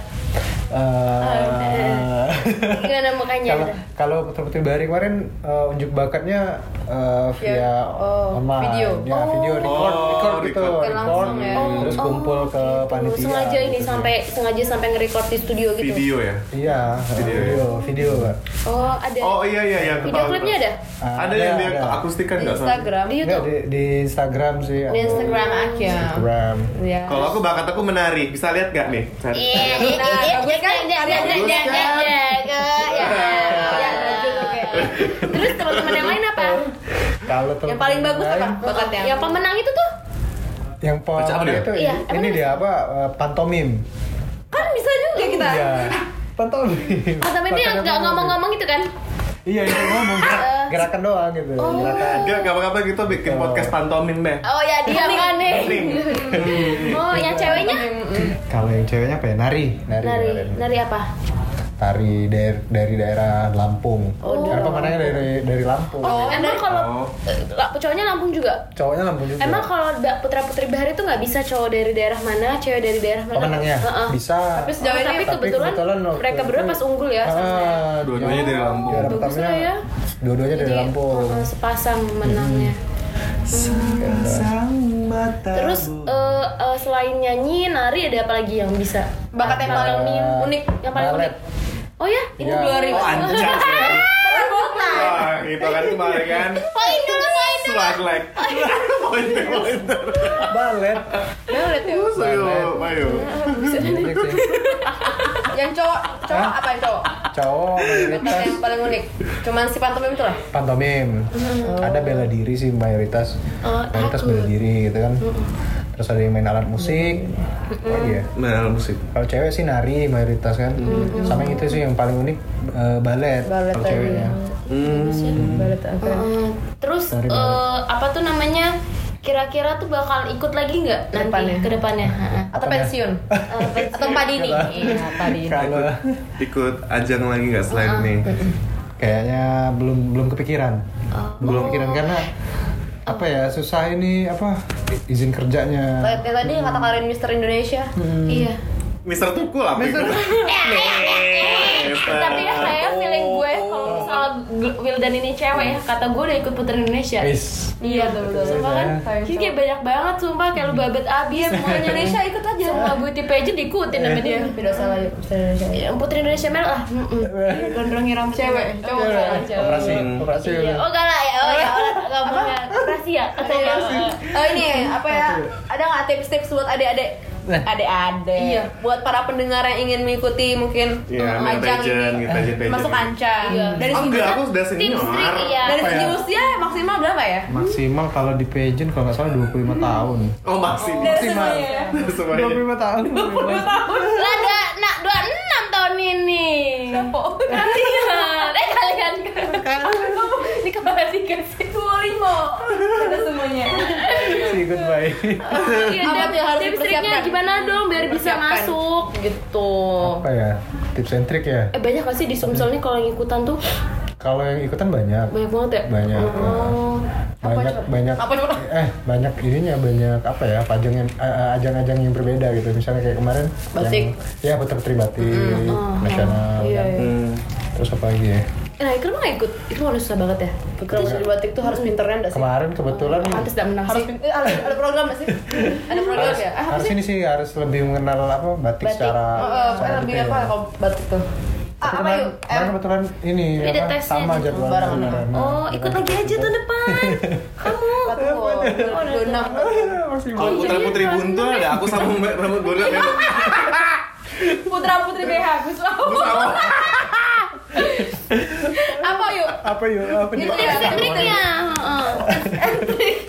Ah. Eh, [laughs]
Gimana mukanya?
kalau kalau putri putri bahari kemarin eh, unjuk bakatnya eh, via
Ya, oh,
online
video.
ya video record
Oh,
record gitu
record.
record,
Langsung ya.
terus
Oh,
kumpul ke
gitu.
panitia
Sengaja ini
gitu.
sampai sengaja sampai nge-record di studio gitu.
Video ya?
iya eh,
Video
video
ya?
video, Pak.
Oh, ada.
Oh iya iya iya.
Video
ketahuan.
klipnya ada?
Ah,
Ada yang dia
ada.
akustikan nggak salah.
Instagram.
Di
Nggak,
YouTube.
di, di Instagram sih
Di
aku.
Instagram aja.
Instagram
Iya.
Ya.
Kalau aku bakat aku menari, bisa lihat nggak nih? Cari.
Iya, iya, iya,
bagus kan?
iya, iya, iya, iya,
Bagus
iya,
kan?
iya, iya, iya, iya. Terus teman-teman yang lain apa?
kalau
Yang paling
teman-teman
bagus apa?
lain,
Bakatnya.
Yang pemenang itu tuh
yang paling
Baca apa dia?
itu
Iya,
ini, ini dia apa eh, pantomim
kan bisa juga kita.
iya pantomim
Atau itu yang
Bakatnya
nggak
pantomim.
ngomong-ngomong gitu kan?
iya itu ngomong gerak-
Eh.
gerakan doang gitu gerakan
Gak kapan-kapan kita gitu bikin podcast pantomim deh.
Oh ya dia kan nih. Oh yang ceweknya
Kalau yang ceweknya apa ya? Nari, nari,
nari
kemarin.
nari apa?
Tari daer- dari daerah Lampung. Oh, Karena pemenangnya dari dari Lampung.
Emang
Oh.
kalau eh, la- cowoknya Lampung juga.
Cowoknya Lampung juga.
Emang kalau putra putri bahari itu nggak bisa cowok dari daerah mana, cewek dari daerah mana?
pemenangnya
Heeh. Oh,
bisa.
Tapi sejauh
Tapi
ini kebetulan,
waktu
mereka berdua
itu-
pas unggul ya. sama-sama.
Ah,
Dua-duanya dari Lampung.
juara
Bagus
pertamanya
lah ya. Oh,
Dua-duanya dari
Jadi,
Lampung. Mm-hmm.
heeh, sepasang menangnya. Terus eh, eh, selain nyanyi, nari ada apa lagi yang bisa?
Bakat yang paling
Eh,
unik.
Yang paling unik.
Balet.
Oh ya, ini
Iya.
[laughs] dua ribu.
Oh anjir. Wah, itu kan kemarin kan.
Poin dulu, poin
Swag
[laughs]
leg. Pointer, pointer.
Balet.
Balet ya.
Ayo, ayo.
Unik sih.
Yang cowok, cowok
Hah?
apa yang cowok?
Cowok,
Bentar
mayoritas
yang paling unik. Cuman si pantomim itu lah.
pantomim.
Mm-hmm.
Ada bela diri sih mayoritas.
Oh,
mayoritas bela diri gitu kan. Terus ada yang main alat musik. Oh iya.
Nah, musik.
Kalau cewek sih nari mayoritas kan. Sama yang itu sih yang paling unik eh, balet.
Balet
Kalau
ya.
tadi.
ya. ceweknya.
Hmm.
Balet apa?
Heeh. Terus eh,
Sorry banget.
apa tuh namanya? Kira-kira tuh bakal ikut lagi nggak
Kedepannya.
nanti ke depannya? Eh, Heeh.
Atau pensiun? Atau padini? Iya, padini.
Kalau
Ikut ajang lagi nggak
Oh.
selain ini?
kayaknya belum belum kepikiran. Belum kepikiran karena apa ya susah ini apa izin kerjanya.
Kayak kayak tadi yang kata Karin Mister Indonesia.
Iya.
Mister Tukul apa itu?
Eh,
Mister.
Tapi ya kayak feeling gue kalau misalnya G- Wildan ini cewek ya, kata gue udah ikut Putri Indonesia.
Is.
Iya tuh, betul. Sumpah kan, jadi kayak banyak banget sumpah kayak lu babet abis [laughs] semuanya Indonesia ikut aja semua gue tipe aja diikutin sama dia.
Tidak salah ya Mister Indonesia.
Ya, Putri Indonesia merah lah, gondrongin ram cewek, cowok
Iya.
salah cowok.
Operasi, operasi.
Iya, oh galak
Ah,
ya, oh ya, Allah, nggak punya rahasia katanya.
Oh ini apa ya? Ada nggak tips-tips buat adik-adik? Adik-adik.
Iya.
Buat para pendengar yang ingin mengikuti mungkin
Iya,
oh,
eh,
main
ajang
pageant,
ini,
gitu, pageant, pageant.
masuk ancang.
Iya.
Dari
Oh
segi
enggak, aku sudah
Tim
senior.
Sri, iya.
dari segi
Apa ya?
usia maksimal berapa ya?
Maksimal kalau di pageant kalau nggak salah 25 tahun.
Oh masih.
Maksimal.
iya.
Semuanya.
25 tahun.
Lah dua, nak dua enam tahun ini.
Oh, [laughs]
Kalian, eh kalian kan. Ini kepala tiga sih.
Dua lima. Ada semuanya.
Sih goodbye.
Iya,
Apa
tips-
tuh yang harus
tips triknya
dipersiapkan?
gimana dong biar bisa
Dipersiapkan.
masuk gitu.
Apa ya? Tips and trick ya?
Eh banyak gak sih di Sumsel nih kalau yang ikutan tuh
Kalau yang ikutan banyak.
banyak banget ya?
Banyak.
Oh.
Banyak banyak
Apa coba?
eh banyak ininya banyak apa ya pajang yang eh, eh, ajang-ajang yang berbeda gitu misalnya kayak kemarin
Batik.
yang ya putra putri batik nasional
Iya,
kan.
iya.
Hmm.
terus apa lagi ya
Nah, Ikram lo gak ikut? Ikram udah susah banget ya?
Kalau jadi batik tuh harus pinternya enggak sih?
kemarin kebetulan
Pantes gak menang
Harus
sih.
pinter. Ada, ada program nggak sih? Ada program ya? Ah, apa
harus
sih?
ini sih harus lebih mengenal apa batik, secara
Oh, eh,
secara
lebih
detail.
apa kalau batik tuh? Ah,
Tapi
apa
kemarin,
yuk?
kemarin
Eh,
kebetulan ini
Ini ada
apa,
tesnya
sama
gitu.
jadwalnya Nah,
Barang
beneran.
Oh, ikut
[laughs]
lagi aja tahun depan. Kamu.
Batik kok. Dua enam. Oh,
Iya,
Kalau
iya.
putra putri buntu ada aku sama Mbak Rambut Gondang ya.
Putra Putri BH Gus Lau. Apa yuk?
apa yuk apa nih
Iya,
Tips and triknya. heeh.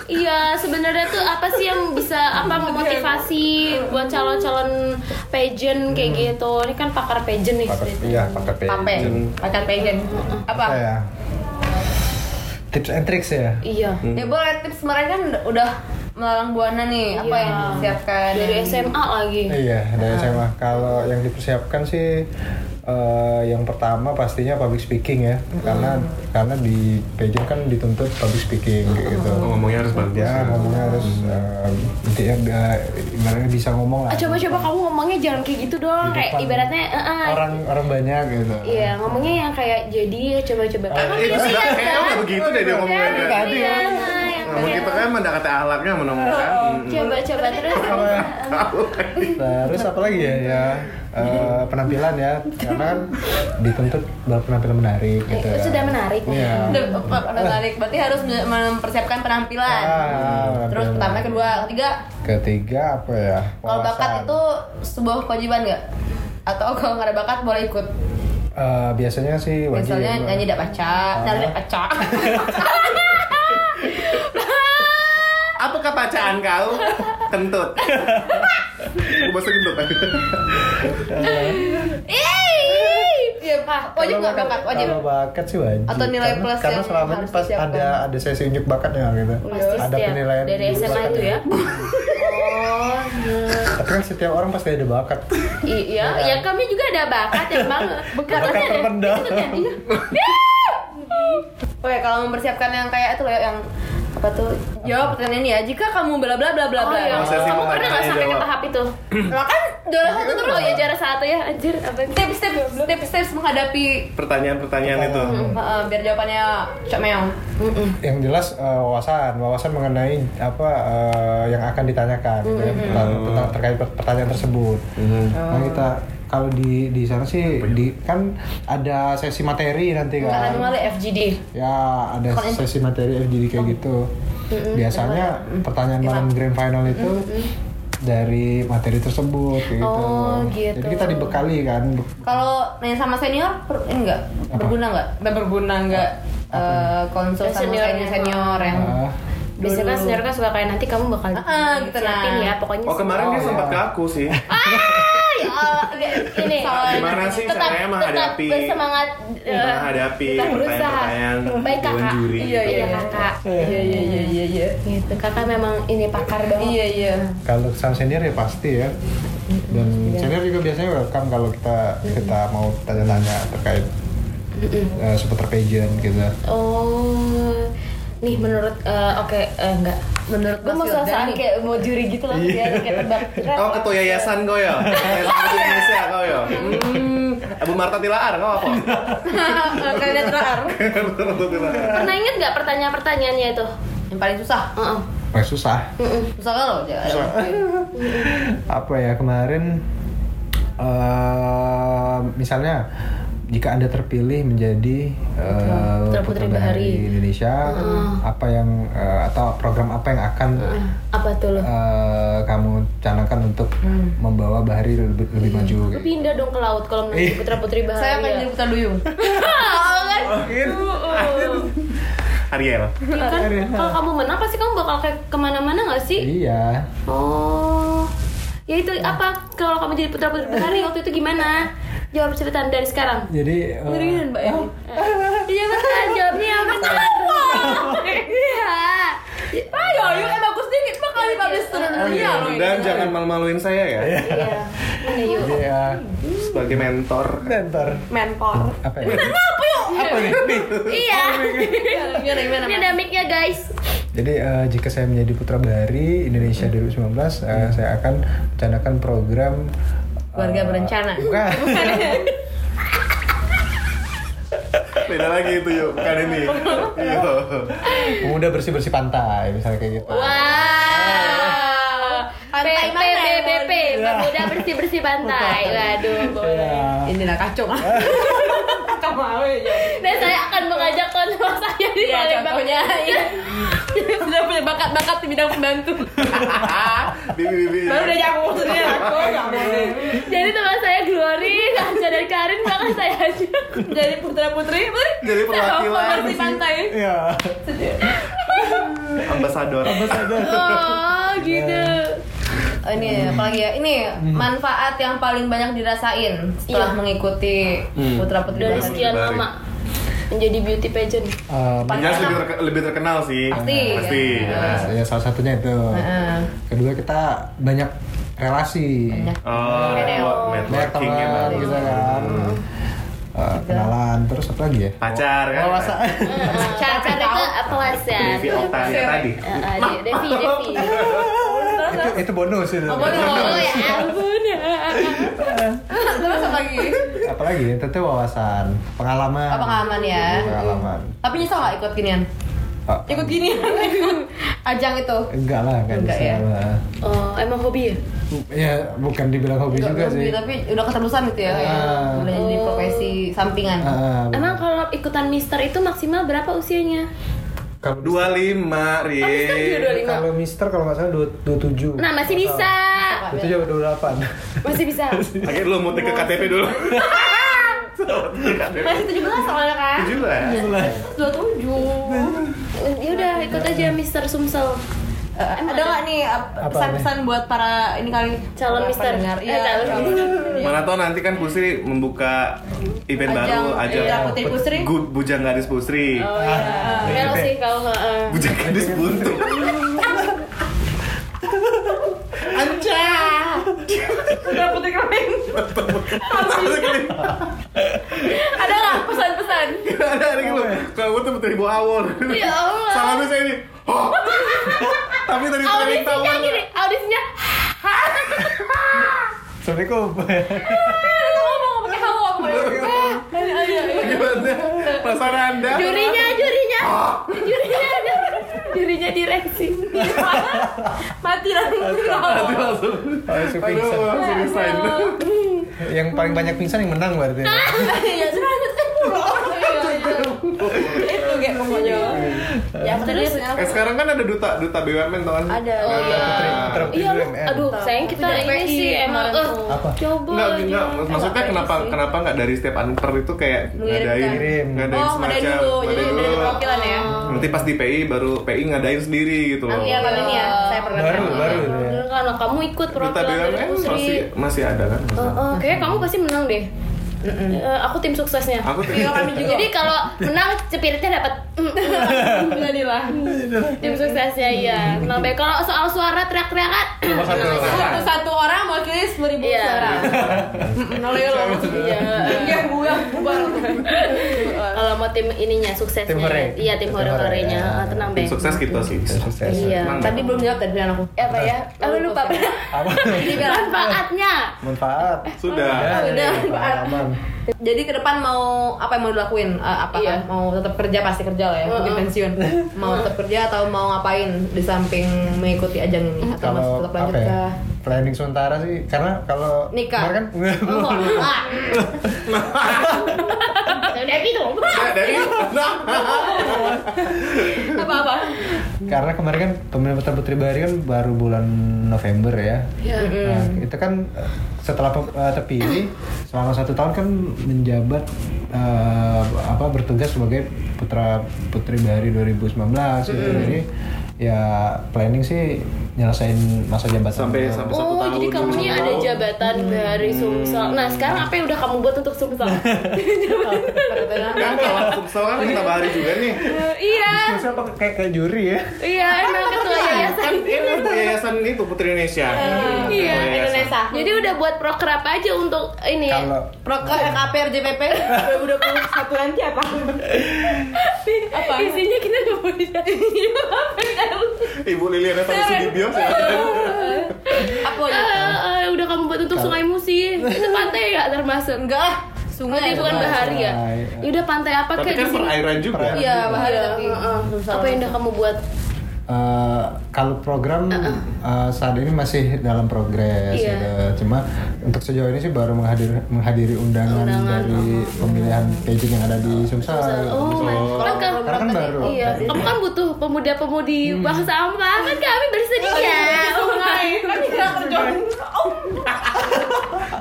Iya, sebenarnya tuh apa sih yang bisa apa
Iya,
memotivasi buat calon-calon pageant kayak gitu? Ini kan pakar pageant nih.
pakai Hmm. iya pakai
Pape, pacar pageant. Apa?
ya tips and tricks ya
Iya.
Ya boleh tips kemarin kan udah melalang buana nih, apa
Iya.
yang disiapkan?
Dari SMA lagi.
Hmm. iya
Ah.
dari SMA kalau yang dipersiapkan sih eh, yang pertama pastinya public speaking ya karena karena di pageant kan dituntut public speaking kayak gitu
Ngomongnya Oh, harus bagus. Mm.
ya ngomongnya harus eh, intinya eh, ibaratnya bisa ngomong lah
Ah, coba-coba kamu ngomongnya jangan kayak gitu dong,
Di
kayak
depan
ibaratnya eh, eh,
orang orang banyak gitu
Iya, ngomongnya yang kayak jadi ya coba-coba. Kamu
Itu
gitu
sudah
ya,
kayaknya udah begitu deh dia ngomongnya.
Iya,
Tadi
iya, Oh,
ya.
nah, yang
Ngomong
kayak-
kita kan mendekati ahlaknya menemukan.
Hmm.
Coba-coba terus.
Terus apa lagi ya? ya eh, penampilan ya, karena
[laughs]
kan dituntut berpenampilan menarik gitu.
Itu
ya.
Eh, sudah menarik.
Iya.
Udah, apa- udah tarik, berarti harus me- mempersiapkan penampilan.
Ah,
Terus
penampilan.
pertama, kedua, ketiga,
Ketiga apa ya?
kalau
Wawasan.
bakat itu sebuah kewajiban nggak? Atau kalau nggak ada bakat boleh ikut?
Eh, biasanya sih wajib. Ah.
Misalnya nyanyi tidak baca, nyanyi tidak baca. [laughs]
Apa kepacaan kau? Kentut. Aku bahasa kentut.
Iya, wajib nggak bakat? Wajib.
Kalau bakat sih wajib.
Atau nilai
karena,
plus
karena
yang
selama ini
harus
pas
disiapkan.
ada ada sesi unjuk bakatnya gitu.
Pasti
ada
setiap-
penilaian
dari
unjuk
SMA itu
bakatnya.
ya. Oh,
Tapi kan setiap orang pasti ada
[laughs]
bakat.
i- iya,
kan?
ya kami juga ada bakat yang
[laughs]
banget.
Bakat
Makanya ada-
terpendam.
itu kan, iya.
Oh,
Oke, kalau mempersiapkan yang kayak itu loh yang apa tuh? Jawab pertanyaan ini ya. Jika kamu bla bla bla bla
Oh
bla.
iya,
Masa sih
kamu
mau
pernah nggak
tanya
sampai ke
jawab?
tahap itu?
Lah kan juara satu tuh
Oh
belum
ya
ya.
juara satu ya, anjir apa itu?
Tips tips tips tips menghadapi
Pertanyaan-pertanyaan itu.
Heeh, biar jawabannya cok meong.
yang jelas eh, wawasan wawasan mengenai apa eh, yang akan ditanyakan gitu ya, pertanyaan- pertanyaan- terkait per- pertanyaan tersebut nah kita kalau di di sana sih di kan ada sesi materi nanti kan.
Karena FGD.
Ya, ada sesi materi FGD
Oh.
kayak gitu. Biasanya pertanyaan malam grand final itu dari materi tersebut kayak gitu.
Oh, gitu.
Jadi kita dibekali kan.
Kalau nanya sama senior, per, ini enggak berguna enggak? Nggak berguna enggak? eh konsul sama
Senior.
senior senior yang
Ah,
Biasanya kan senior kan suka kayak nanti kamu bakal
Ah, gitu lah.
siapin ya pokoknya.
Oh kemarin dia sempat
iya.
ke aku sih.
Ah, ya, ini.
Gimana sih
tetap,
caranya
tetap
menghadapi Iya,
bersemangat. eh,
menghadapi
tetap berusaha.
pertanyaan-pertanyaan gitu.
Baik
dewan
kakak.
juri?
Iya iya kakak.
Iya iya iya iya iya.
Gitu kakak memang ini pakar banget.
Iya iya.
Kalau sama senior ya pasti ya. Dan senior juga biasanya welcome kalau kita kita mau tanya-tanya terkait eh, seputar pageant gitu.
Oh, nih menurut eh, oke eh, enggak.
Menurut
Gue mau suasana
[laughs]
kayak mau juri gitu loh biar kayak tebak.
Kau Oh, ketua yayasan kau ya? Yayasan Putri Indonesia kau ya? Hmm, Abu Marta Tilaar kau apa?
kalian terlar.
Marta Tilaar.
Pernah inget nggak pertanyaan-pertanyaannya itu?
Yang paling susah.
Heeh.
Wah, susah.
Susah kan lo? Susah.
apa ya kemarin eh, misalnya jika anda terpilih menjadi eh,
Putra
Putra
Putri Bahari.
Indonesia apa yang eh, atau program apa yang akan
Nah, Apa tuh lo?
eh, kamu canangkan untuk membawa Bahari lebih, lebih maju
Lu
kayak gitu.
pindah dong ke laut kalau menjadi putra putri bahari.
Saya pengen Oh. jadi putar duyung.
Oh,
[laughs]
Ariel.
Iya
kan Iya kalau kamu menang pasti kamu bakal kayak kemana-mana nggak sih?
iya
Oh, ya itu apa kalau kamu jadi putra putri bahari waktu itu gimana? Jawab cerita dari sekarang.
jadi eh,
Mbak Eli.
Iya
kan?
benar, jawabnya yang benar. Iya.
Ayo, yuk eh bagus dikit mah kali publish turun dunia lo.
Dan jangan malu-maluin saya ya
Iya. Mana yuk?
jadi ya
sebagai mentor.
mentor
Mentor.
apa ya apa nih
Oh,
Iya.
Gimana gimana?
Ini ada mic-nya guys.
Jadi eh, jika saya menjadi Putra Bahari Indonesia 2019, eh, saya akan rencanakan program
Keluarga
eh,
berencana.
Bukan.
Beda lagi itu yuk, bukan ini. Iya.
Pemuda bersih bersih pantai misalnya kayak gitu.
Wow.
Pantai mana ya,
PPBP, pemuda bersih bersih pantai. Waduh, boleh.
Ya.
Ini lah kacung. Kacung mau ya.
Dan saya akan mengajak teman saya di
Iya,
Palembang.
contohnya iya. sudah punya bakat-bakat di bidang pembantu.
Bibi-bibi.
Baru udah jago maksudnya aku nggak boleh.
[laughs] Jadi teman saya Glory, Kaca dan Karin bakal saya ajak.
Jadi putra putri,
Jadi perwakilan.
di pantai.
Iya.
Ambasador.
Oh, gitu.
Iya.
Oh, ini
Hmm.
apalagi ya ini manfaat yang paling banyak dirasain setelah
Iya.
mengikuti
Hmm.
putra putri
Dari
Bahari.
sekian
Bahari.
lama menjadi beauty pageant.
Em,
Yang jelas lebih, terke- lebih terkenal sih.
Pasti.
Pasti. jelas.
ya, ya, salah satunya itu.
Heeh.
Kedua kita banyak relasi.
Banyak.
Oh, buat
Banyak
networking ya
teman
bagus.
gitu kan. Eh, kenalan terus apa lagi ya?
Pacar kan.
Wawasan.
Cara cara itu apa wasan?
Devi Octavia tadi.
ya. Eh, eh, De- Devi,
[laughs]
Devi.
[laughs] itu, itu bonus itu.
Oh ya ampun.
Terus apa lagi?
Apalagi tentu wawasan, pengalaman.
Oh, pengalaman ya.
Pengalaman.
Tapi nyesel nggak ikut ginian?
Oh,
Ikut ginian, ikut [laughs] ajang itu.
Enggak lah, enggak,
Enggak ya?
bisa lah.
Oh, emang hobi ya?
Ya, bukan dibilang hobi
Nggak
juga
hobi,
sih.
tapi udah keterusan gitu ya, kayak
Ah.
udah jadi profesi sampingan.
Ah, ah,
Emang kalau ikutan Mister itu maksimal berapa usianya? Kan
kalau
Dua lima, Ri.
Mister juga 25.
kalau Mister kalau nggak salah dua dua tujuh.
Nah, masih bisa.
Dua
ya.
tujuh dua [laughs] delapan.
Masih bisa.
Akhirnya lu mutik ke KTP dulu.
Masih 17 soalnya kan?
Tujuh lah.
27
Ya udah, ikut aja Mister Sumsel.
Eh, ada nggak nih ap- pesan-pesan buat para ini kali
Calon
para
Mister.
pendengar?
Eh,
Iya,
calon
calon
Mana tau nanti kan Pusri membuka event
Ajang,
baru aja.
iya, Putri Pusri.
Good Bujang Gadis Pusri.
Oh
Ah.
iya. Melo sih kalau nggak,
[laughs]
eh.
Bujang Gadis Buntu.
Ya, Putra Putri Keling. Ada nggak pesan-pesan?
Ada ada gitu. Kalau tuh putri bawa awal.
Ya Allah.
Salamnya saya ini. Oh. Tapi tadi tadi
Audisinya
tawar.
gini, audisinya
Assalamualaikum. [laughs]
Ngomong pakai hawa boleh.
Gimana? Perasaan Anda?
jurinya, jurinya, jurinya, ada. jurinya direksi.
Mati langsung.
Aduh, langsung.
Oh,
Aduh,
supingsan.
langsung resign.
yang paling banyak pingsan yang menang berarti.
ya selanjutnya
Itu kayak pokoknya. Ya terus
Eh sekarang kan ada duta duta BUMN tau kan?
Ada.
Oh, iya.
Putra Putri
iya lu
BUMN.
aduh sayang kita ini
PPI
sih
kemarin
emang eh,
tuh.
Apa?
coba gitu.
Enggak,
jangan-
enggak. Maksudnya
Emang
kenapa
PPI sih.
kenapa nggak dari setiap anper itu kayak
Mengirimkan.
ngadain, ngadain
Oh,
semacam,
ngadain dulu. Jadi
ngadain
dari
dulu.
perwakilan ya.
Nanti pas di PI baru PI ngadain sendiri gitu loh.
Iya, paling ya. Saya pernah.
Baru
tahu.
baru ya.
Bener kan Nah, kamu ikut
Duta
perwakilan dari
BUMN
Pusri.
eh, masih masih ada kan?
Eh, eh, kayaknya kamu pasti menang deh Eh, aku tim suksesnya
Aku tim-
Iya, kami juga. jadi kalau menang cepiritnya dapat jadilah tim suksesnya iya menang baik kalau soal suara teriak-teriakan
Nomor satu.
Satu satu orang mewakili sepuluh ribu
Iya.
suara. Nolio lo.
Iya.
Iya gue yang bubar.
kalau mau tim ininya suksesnya
Tim hore.
iya tim
Tim
hore horenya
hore.
tenang
Tim
baik
sukses gitu. kita sih.
Sukses.
Iya.
Emang
Tadi belum jawab tadi bilang aku.
apa ya aku lupa
Apa?
manfaatnya
Manfaat. Iya,
Sudah.
Udah.
Pengalaman.
Jadi ke depan mau apa yang mau dilakuin? Eh, apa
Iya.
mau tetap kerja pasti kerja lah ya, mungkin
Heeh.
pensiun. Mau tetap kerja atau mau ngapain di samping mengikuti ajang ini atau masih
Kalau
tetap
apa
lanjut [laughs]
ya?
kah?
Planning sementara sih karena kalau
Nikah.
kemarin kan
oh, ah. udah gitu
Ya, dari [laughs]
Apa-apa?
karena kemarin kan pemilihan putra putri bahari kan baru bulan November ya. Nah, itu kan eh, setelah pe- eh, terpilih selama satu tahun kan menjabat eh, apa bertugas sebagai putra putri bahari 2019 gitu. Jadi ya planning sih nyelesain masa jabatan
sampai
Eh,
sampai satu
Oh,
tahun.
jadi kamu
dua
ini
tahun.
ada jabatan dari Sumsel. Nah, sekarang apa yang udah kamu buat untuk Sumsel?
Kan kawan Sumsel kan kita bahari juga nih.
iya,
Terus apa kayak kayak juri ya?
iya, emang ketua yayasan.
Ini untuk yayasan itu Putri Indonesia.
Iya,
Yayasan.
Indonesia.
Jadi udah buat prokerap aja untuk ini. ya?
Kalau
Proker KPR JPP 2021 nanti apa?
apa? Isinya kita nggak boleh
Ibu Liliana sama ya. Sudibyo
Apa
Eh,
ya?
eh, udah kamu buat untuk Sungai Musi. Itu pantai nggak termasuk?
Enggak lah,
Berarti
sungai.
bukan
Sungai,
bahari ya?
sungai.
Ya udah pantai apa
Tapi
kayak
kan
di sini?
perairan juga.
Perairan.
Iya, bahari
Iya,
tapi.
eh, eh. Apa yang udah kamu buat?
eh, kalau program eh, saat ini masih dalam progres
Iya.
gitu. Cuma untuk sejauh ini sih baru menghadiri menghadiri undangan,
Undangan,
dari pemilihan paging yang ada di Sumsel. gitu.
Oh, my God. Kan-
Karena kan baru.
Iya, kamu kan butuh pemuda-pemudi buang sampah kan kami bersedia. Sungai.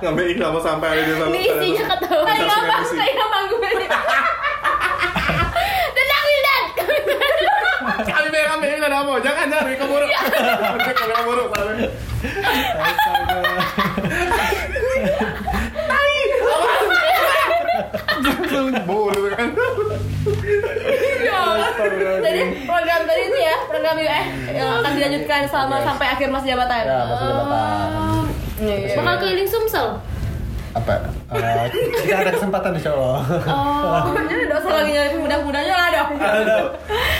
Ngambilin sama sampai ada di sana.
Ini isinya ketahuan.
Bentar,
Ayo,
sungai
Bang,
Musi.
ayo, Bang, gue. Tenang Wildan.
Kami bilang kami ini ada apa? Jangan jangan Wiko buruk. Wiko buruk. soalnya. Buruk kan.
Jadi program tadi itu ya, program UN yang akan dilanjutkan selama sampai akhir masa jabatan.
Ya, masa
Oh.
jabatan.
Iya.
Bakal keliling Sumsel.
Apa? eh, kita ada kesempatan
[laughs]
insya Allah.
Oh.
Jadi dosa lagi nyari pemuda-pemudanya lah dong.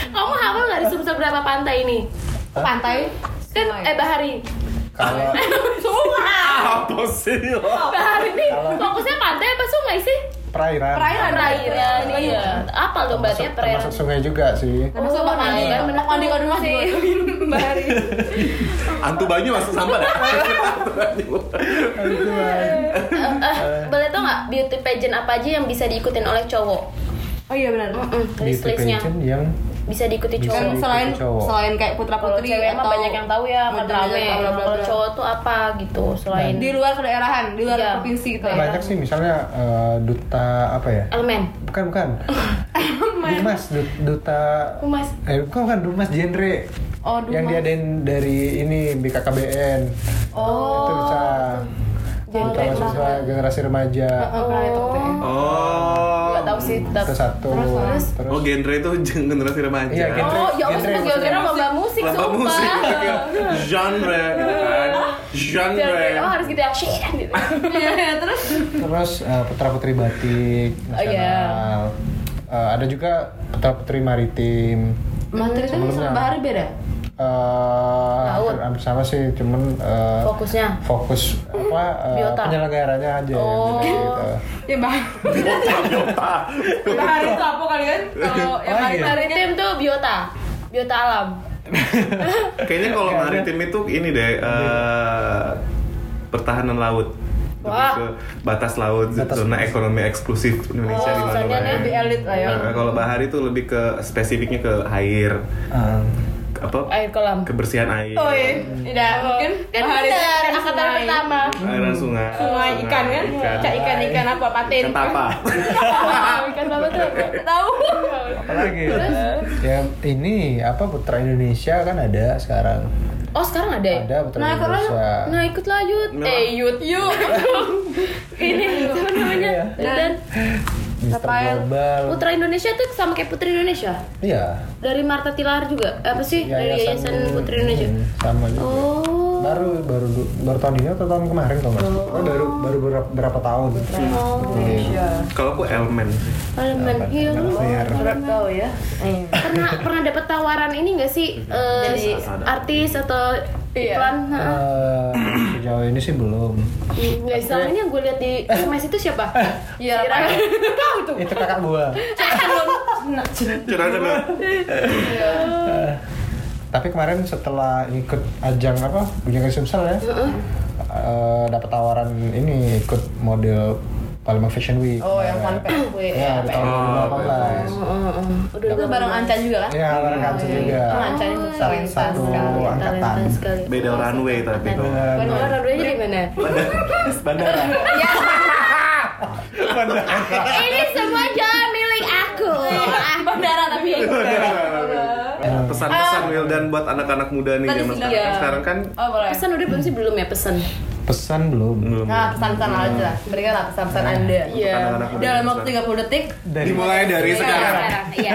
Kamu hafal nggak di Sumsel berapa pantai ini?
Pantai.
Kan eh Bahari.
Kalau
Sungai.
Apa sih lo?
Bahari ini fokusnya pantai apa sungai sih?
perairan,
Perairan.
Perairan.
ya.
Iya. Apa dong
termasuk,
berarti perairan?
termasuk sungai juga sih.
Masuk Pak Mandi
iya.
kan, bener Mandi kan rumah sih. Bahari.
Antu banyu masuk ya? sampah dah.
Eh, eh, boleh tau nggak beauty pageant apa aja yang bisa diikutin oleh cowok?
Oh iya benar.
Mm-mm,
Beauty
List-listnya
pageant yang
bisa diikuti
Bisa.
cowok.
Kan selain
cowok.
selain kayak putra
Iya. Kalau
putri
cewek mah banyak yang tahu ya, kan
model
rame.
yang bla, bla,
Kalau
bla.
cowok tuh apa gitu selain
di luar kedaerahan, di luar
Iya.
provinsi gitu ya.
banyak sih misalnya eh, duta apa ya?
elemen.
Bukan
[laughs]
bukan. Dumas, du- duta
Mas,
Eh, bukan, bukan Dumas genre.
Oh, Dumas.
Yang diadain dari ini BKKBN.
Oh.
Itu bisa
Jangan
Duta
kayak
mahasiswa generasi remaja.
Oh, pernah itu waktu itu.
Oh.
nggak tahu sih. tetap.
Itu satu.
terus?
Terus,
Oh genre itu generasi remaja.
Iya,
Oh,
genre.
ya Allah,
Genre,
sebagai
genre.
gara lomba musik,
Lomba musik
sumpah.
genre gitu kan. Genre.
Genre, oh harus gitu yang shit gitu.
Iya, terus
terus putra putri batik nasional. Eh, ada juga putra putri maritim.
materi itu
Sebelumnya.
sama Bahari beda.
Eh, hampir, hampir sama sih, cuman eh,
[laughs] Fokusnya.
fokus apa eh,
Biota.
penyelenggaranya aja
Oh.
gitu.
Ya Bahari. Bahari itu apa kalian? Kalau yang
Oh,
Bahari
iya.
tarinya
Maritim tuh biota, biota alam.
Kayaknya kalau maritim itu ini deh eh, pertahanan laut. lebih ke batas laut
Batas
zona
laut.
ekonomi eksklusif Indonesia di mana
Oh, Soalnya dia lebih elit lah ya.
kalau bahari itu lebih ke spesifiknya ke air
Um,
Ke apa
Air kolam.
kebersihan air
Oh iya, udah mungkin
Kan
hari itu
bener,
kan
angkatan
sungai.
[laughs] pertama
Aliran sungai
Sungai ikan kan?
ikan,
Cak ikan kan? ikan apa patin?
ikan tapa
Nah, kan
ikan apa tuh? Tahu?
apalagi ya ini apa putra Indonesia kan ada sekarang
Oh sekarang ada ya?
ada putra
Nah, kalau-
Indonesia
Nah ikutlah Yud
Nah.
Eh Yud Yud [laughs] Nah. Ini apa namanya Dan
Mister
Rafael.
Global
Putra Indonesia tuh sama kayak Putri Indonesia
iya
Dari Marta Tilar juga Eh, Apa sih? Dari Yayasan Putri Indonesia
hmm, sama juga
Oh
baru baru baru tahun ini atau tahun kemarin kalau nggak salah. Oh, baru baru berapa, berapa tahun
Iya.
[laughs] kalau aku elemen
Iya,
Elemen Hill
Fair.
Kurang tahu ya. Iya.
Pernah pernah dapat tawaran ini gak sih? eh, artis atau
Iya.
iklan? Ha?
Eh, sejauh ini sih belum
Nggak selama ini yang gue lihat di SMS itu siapa?
Iya.
Si Raka.
Tahu tuh.
itu kakak gua
curhat sama
tapi kemarin setelah ikut ajang apa Bujang Sumsel ya eh, dapat tawaran ini ikut model Palembang Fashion Week
Oh, yang fun fact gue.
ya di tahun
Oh,
2018
oh, Udah
Itu bareng Ancan juga kan?
ya bareng kancil juga
Kan Ancan itu talenta
Satu
sekali.
angkatan
Talenta sekali.
beda runway tapi
Bener.
Kan orang dua-duanya di mana?
bandara
Oh, Ini semua jalan milik aku.
Iya.
Ah.
Bandara tapi ya.
pesan-pesan Wildan buat anak-anak muda nih
Ah. Tadi
zaman
sih,
sekarang
iya.
sekarang kan
Oh, boleh.
Pesan udah belum sih belum ya pesan.
pesan belum
belum
Nah, pesan-pesan aja lah. Berikanlah pesan-pesan Anda.
Iya. anak-anak muda
Dalam waktu
sekarang.
30 detik
dari
dimulai dari sekarang
Iya.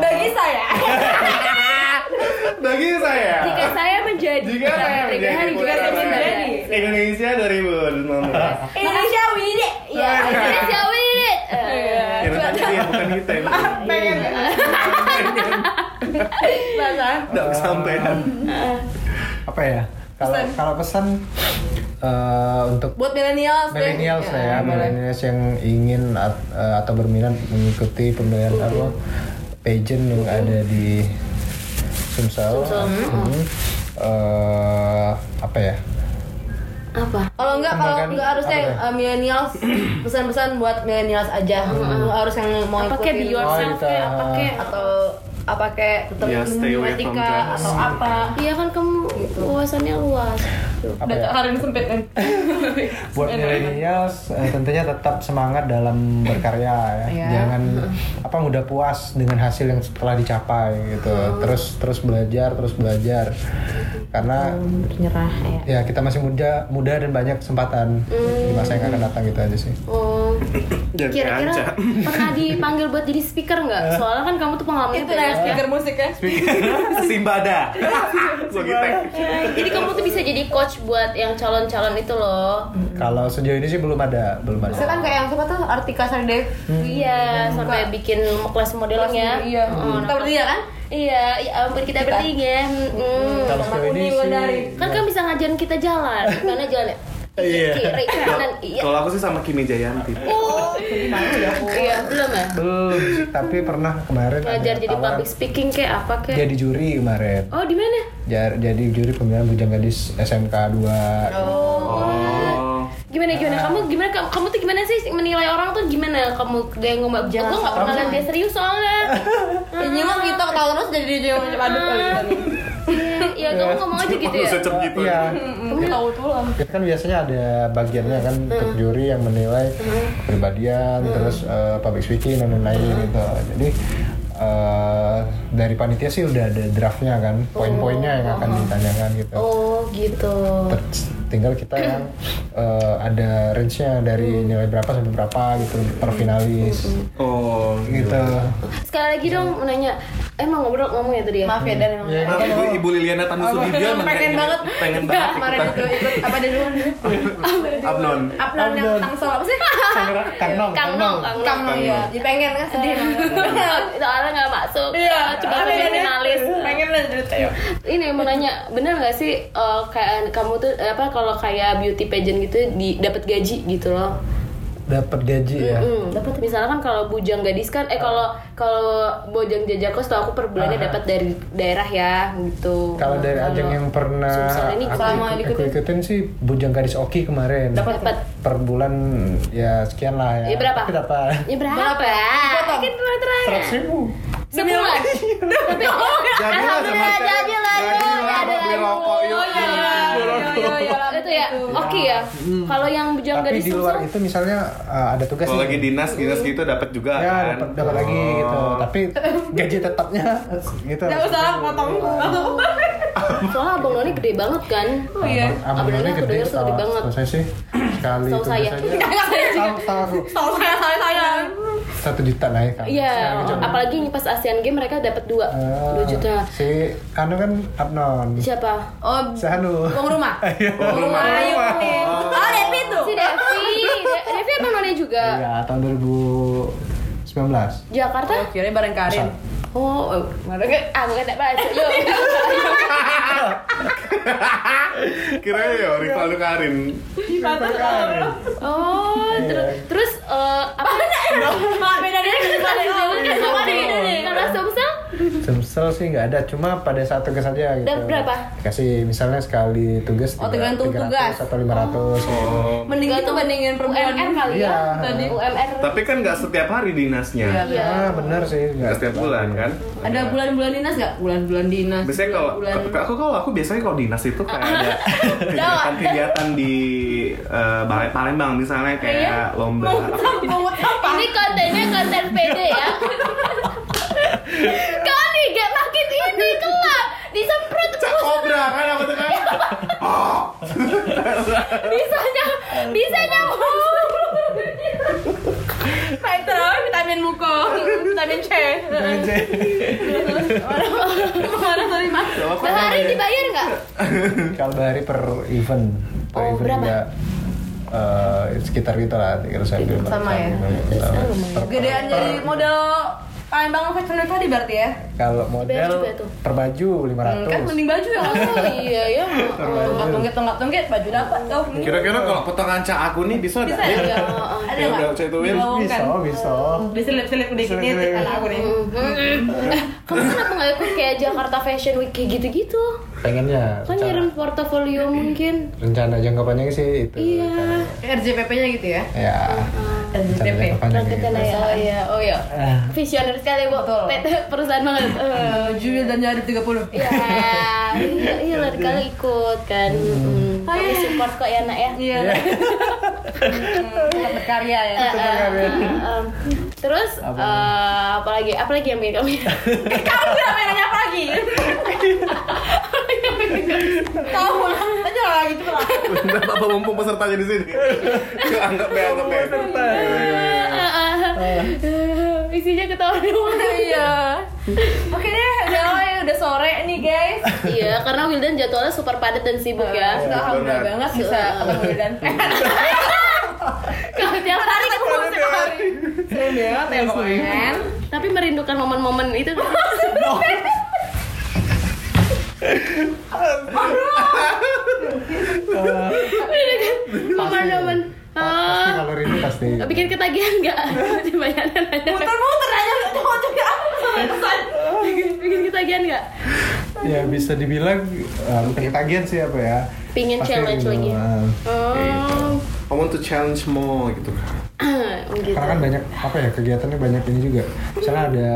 bagi saya.
bagi saya
Jika saya menjadi
jika saya
tiga
menjadi
hari juga
putra
saya menjadi.
bagi Indonesia 2015
Indonesia win it.
Iya. Jadi siapa ini?
Iya.
Eh,
ya nanti dia bukan kita yang
Pengen. Pesan.
tidak kesampaian
apa ya kalau
Pesan.
kalau pesan eh, untuk
Buat milenial deh.
milenials lah ya
Iya, boleh.
milenials yang ingin at- eh, atau berminat mengikuti pemilihan apa pageant yang ada di Sumsel, Mhm. Eh, apa ya
Apa?
Kalau enggak, kalau
Kembangkan
enggak harusnya
apa ya?
uh, millennials [clears throat] pesan-pesan buat millennials aja. Nggak harus yang mau
gitu?
Apa kayak be
ikutin
Oh,
yourself
kita-
kayak apa kayak
atau apa kayak tetap
Ya, stay away from
matematika
drugs.
atau apa.
Iya kan kamu wawasannya luas.
apa ya
hari ini sempit kan.
[laughs] buat milenials eh, tentunya tetap semangat dalam berkarya ya.
Iya.
Jangan apa mudah puas dengan hasil yang telah dicapai gitu. Terus terus belajar, terus belajar. Karena
Nyerah ya.
ya kita masih muda, muda dan banyak kesempatan di masa yang akan datang gitu aja sih.
Oh,
Jangan kaca.
[laughs] kira-kira pernah dipanggil buat jadi speaker nggak? Soalnya kan kamu tuh pengalamannya
Itu dari
banyak ya.
speaker musik ya.
Simbada Sogitek
Jadi kamu tuh bisa jadi coach buat yang calon-calon itu loh.
Kalau sejauh ini sih belum ada, belum
Bisa
ada.
kan kayak yang siapa tuh Artika Sari Devi.
Hmm.
Iya, sampai bikin kelas modeling ya.
Iya.
Oh,
Kita
nah.
bertiga kan?
Iya, ya ampun kita bertiga. Mm.
Kalau
Sama
sejauh ini
Uni
sih
Wandari.
Kan kamu bisa ngajarin kita jalan. Karena jalan ya?
Iya.
kiri kanan. Iya. Oh.
kalau aku sih sama Kimi Jayanti
Iya, belum ya?
belum, sih, tapi pernah kemarin ada
Ngajar jadi
tawaran
public speaking kayak apa kayak?
jadi juri kemarin.
Oh, di mana?
Jar- Jadi juri pemilihan Bujang Gadis SMK 2
oh
Gimana gimana? Kamu gimana kamu, kamu tuh gimana sih menilai orang tuh gimana? Kamu kayak ngomong gue nggak pernah lihat dia serius soalnya. [laughs]
Ya, Nyengok gitu ketawa terus jadi dia juga macam aduk kali gitu.
Iya, kamu ngomong aja gitu ya.
Secepat gitu
Iya,
Kamu tahu tuh lah.
Itu kan biasanya ada bagiannya kan
Hmm.
untuk juri yang menilai kepribadian, terus eh, public speaking dan lain-lain
Hmm.
gitu. Jadi eh, dari panitia sih udah ada draftnya kan, poin-poinnya yang akan ditanyakan gitu.
Oh, Hmm. gitu.
Ter- tinggal kita yang eh, ada range-nya
Hmm.
dari nilai berapa sampai berapa gitu per finalis
oh
gitu.
[laughs] Sekali lagi dong mau nanya, emang ngobrol ngomong ya tadi ya?
[laughs] Maaf ya dan emang.
Ya,
Maaf, ibu, ibu Liliana
Iya,
Tanusudibio emang
pengen
kayak-
banget
pengen banget
kemarin itu
ikutan.
ya.
ikut apa dia dulu
Abnon
upload yang
Upload.
tentang soal apa sih
Kang Nong,
Kang Nong, Kang Nong.
kamu
Iya,
ya dia pengen kan sedih
[laughs] Soalnya nggak masuk, Ah, cuma
aneh kan ya?
sebagai Iya, finalis.
pengen lah jadi Teo
Ini mau nanya, bener nggak sih eh, kayak kamu tuh eh, apa kalau kayak beauty pageant gitu di dapat gaji gitu loh?
dapat gaji ya.
dapat misalnya kan kalau bujang gadis kan eh kalau kalau bojang jajakos tuh aku per bulannya dapat dari daerah ya gitu
Kalau dari ajang yang pernah
Sumsel ini
aku,
selama
ikut- aku
diikutin.
ikutin sih Bujang Gadis Oki kemarin.
dapat dapat
per bulan ya sekian lah ya.
Ya, berapa?
Tapi
[laughs]
dapat
ya berapa Kan pernah terakhir
seratus ribu.
sebulan tapi [laughs] oh,
Jadilah sama Teh.
ya.
Iya,
jadilah, yuk.
Jadilah,
Ada
beli rokok yuk.
itu ya oke ya kalau yang bujang
iya. Hmm. Tapi
gadis
di luar
Sumsel,
itu misalnya uh, ada tugas
Kalau
nih.
lagi dinas, dinas gitu dapat juga
ya
kan?
dapat dapat lagi
Oh.
gitu.
[laughs]
Tapi gaji tetapnya [laughs] gitu.
Gak usah lah potong
soalnya abang noni gede banget kan
Oh iya
Abang
Abang
None
aku dengar tuh
gede
gede
setahu-
banget.
setahu saya sih sekali
Setahu
itu
saya. [laughs]
biasanya setahu
Tau saya saya saya
satu juta lah ya kan.
Iya, apalagi ini pas ASEAN Games mereka dapat 2
Ah.
2 juta.
Eh, Si Anu kan Abnon.
Siapa?
Oh
Si Anu.
Uang rumah
Uang rumah.
Ayo nih Oh Devi tuh
Si
[laughs]
Devi. De- Devi abang None juga.
Iya, tahun 2019.
Jakarta?
Kira bareng Karin
Oh, eh, mana [laughs] ke? Ah, bukan tak bahasa lo.
Kira ya Rivaldo Karin.
[laughs] Oh, terus terus eh, apa? [laughs] Oh,
Bedanya gimana?
Apa nih? Karena Sumsel?
Sumsel sih nggak ada, cuma pada saat tugas aja gitu.
Dapat berapa?
Kasih misalnya sekali tugas.
Oh, tergantung
300
tugas.
Atau 500.
Oh.
Mending itu bandingin perempuan
UMR kali
Iya.
ya? Tadi UMR.
Tapi kan nggak setiap hari dinasnya.
iya.
Ya, benar sih.
Nggak setiap Iya. bulan kan?
Ada bulan-bulan dinas gak? Bulan-bulan dinas
Biasanya kalau
bulan
aku kalau aku biasanya kalau dinas itu [laughs] kayak ada kegiatan-kegiatan di eh, Bale- Palembang misalnya kayak lomba
Ini kontennya konten PD ya. Kau nih gak makin ini kelar disemprot
Cak kobra kan apa tuh kan? [laughs]
bisanya bisanya
Vitamin vitamin muko Vitamin C Mana sorry mas
Jawab apa
Bahari
namanya?
dibayar nggak?
Kalau bahari per event. Per
Oh,
event
berapa?
juga, eh, sekitar gitu lah, 300 ribu.
Sama ya? Gedean dari model Palembang Fashion Week tadi berarti ya?
Kalau
Bayar
model
juga tuh.
per baju 500.
Kan mending baju [laughs] ya
Oh iya ya.
Tunggit-tunggit, tunggit-tunggit, baju dapat tau
Kira-kira kalau potongan cak aku nih bisa nggak?
Bisa
Ya
ya?
Ya
Ada
udah
nggak?
cak tuin. [laughs]
bisa,
Dilowongkan
bisa.
Diselip-selip dikit nih
Selip-selip.
Kalau aku nih
Eh, Kamu kenapa nggak ikut kayak Jakarta Fashion Week kayak gitu-gitu?
Pengennya.
Kan
rencana-
ngirim portofolio mungkin.
Rencana jangka panjangnya sih itu.
Iya.
RJPP-nya gitu ya?
Ya.
RJPP
rencana jangka panjangnya
Rakit
gitu.
ya. Oh iya, oh iya.
Ah.
Visioner sekali bu.
Betul.
PT perusahaan [laughs] banget. Eh,
Juli dan Januari 30
Iya, iya, iya lah kalau ikut kan. Hmm. Kami support kok ya nak ya.
Iya [laughs] Hmm, Berkarya ya
Eh, eh, eh, em. Terus eh, apalagi apalagi yang [laughs] bikin kami
Kamu tidak main nanya apa lagi? Kamu lah Tanya orang lagi tuh lah
Bentar, apa mumpung pesertanya di sini? Anggap be, anggap Iya, be.
Iya. [laughs] Eh, Oh. isinya ketawa doang
Iya Oke deh, udah ya, udah sore nih guys
iya karena Wildan jadwalnya super padat dan sibuk ya
Kita alhamdulillah banget Eh, bisa ketemu [laughs] dan
kalau tiap hari
Kita ketemu setiap hari Seru banget ya pokoknya
tapi merindukan momen-momen [laughs] itu Merindukan momen-momen
Pasti
Ah,
kalau ini pasti.
bikin ketagihan nggak dibayarkan aja
Muter-muter aja ujung-ujungnya apa pesan
bikin ketagihan nggak
Ya bisa dibilang eh, bukan ketagihan sih apa ya.
Pingin
Pasti
challenge
gitu,
lagi.
eh,
oh
I want to challenge more gitu.
gitu
Karena kan banyak apa ya kegiatannya banyak ini juga. Misalnya ada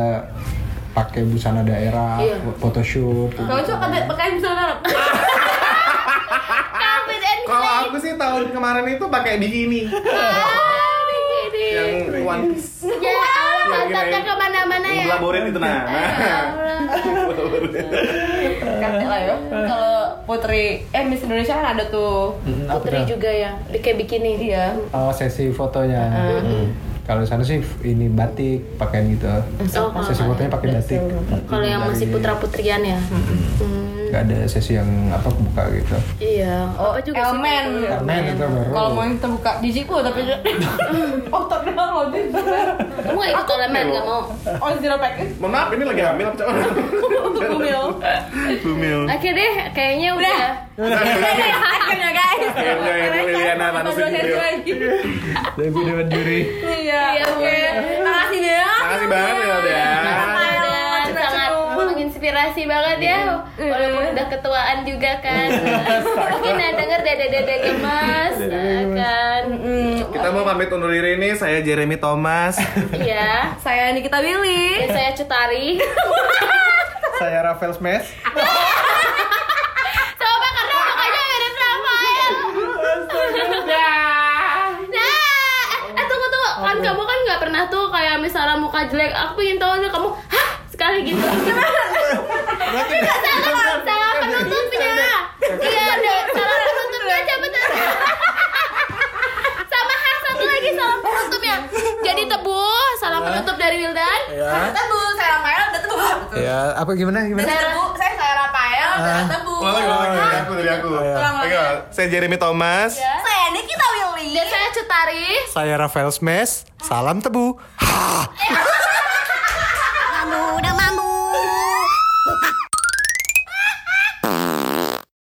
pakai busana daerah,
Iya.
photoshoot. gitu.
Cocok ada pakai misalnya
Kapit and
Kalau aku sih tahun kemarin itu pakai bikini yang one piece.
Ya Allah, mantapnya kemana-mana ya.
Elaborate itu nah. nah.
Kate lah ya Kalau Putri, eh Miss Indonesia kan ada tuh
Hmm, apa
Putri
tuh?
juga ya, di- kayak bikini.
Iya
Oh, sesi fotonya.
Ah.
Hmm. Kalau di sana sih ini batik pakaian gitu.
Oh,
sesi fotonya pakai batik.
Kalau yang masih putra putrian ya. Hmm.
juga ada sesi yang apa buka gitu
Iya.
Oh,
Papa juga sih
Elmen.
kayak gitu.
Elmen itu baru.
Oh.
Kalau mau yang terbuka jijiku tapi
[laughs]
otot doang loh dia.
Kamu gak ikut elemen, gak mau.
Oh, zero pack.
[laughs] Mohon maaf ini lagi hamil apa calon?
Bumil.
Bumil.
Oke deh, kayaknya udah.
Akhirnya guys.
Kayaknya Ibu Liliana manusia gitu.
dari Dewan Juri
Iya.
Iya,
Oke.
bener.
Makasih Bel.
Makasih banget ya udah.
Dan sangat menginspirasi banget ya walaupun udah ketuaan juga kan mungkin ada denger dada dada gemas kan
Kita mau pamit undur diri nih. Saya Jeremy Thomas.
iya
Saya Nikita Willy.
Dan saya cutari
saya Rafael Smash
sama karena mukanya mirip Rafael nah eh, eh tunggu tunggu kan kamu kan nggak pernah tuh kayak misalnya muka jelek aku ingin tahu tuh kamu hah sekali gitu Ini salah salah penutupnya iya ada salah penutupnya coba taruh. sama hah satu lagi salah penutupnya jadi tebu salah penutup dari Wildan
Saya tebu, saya Rafael udah tebu.
Ya, apa gimana gimana?
Saya tebu, saya saya Rafael udah tebu.
Ulang lagi, ulang lagi. Dari aku, dari aku. Oke, Saya Jeremy Thomas.
Saya Nikita Willy.
dan saya cutari
Saya Rafael Smash, salam tebu.
Eh,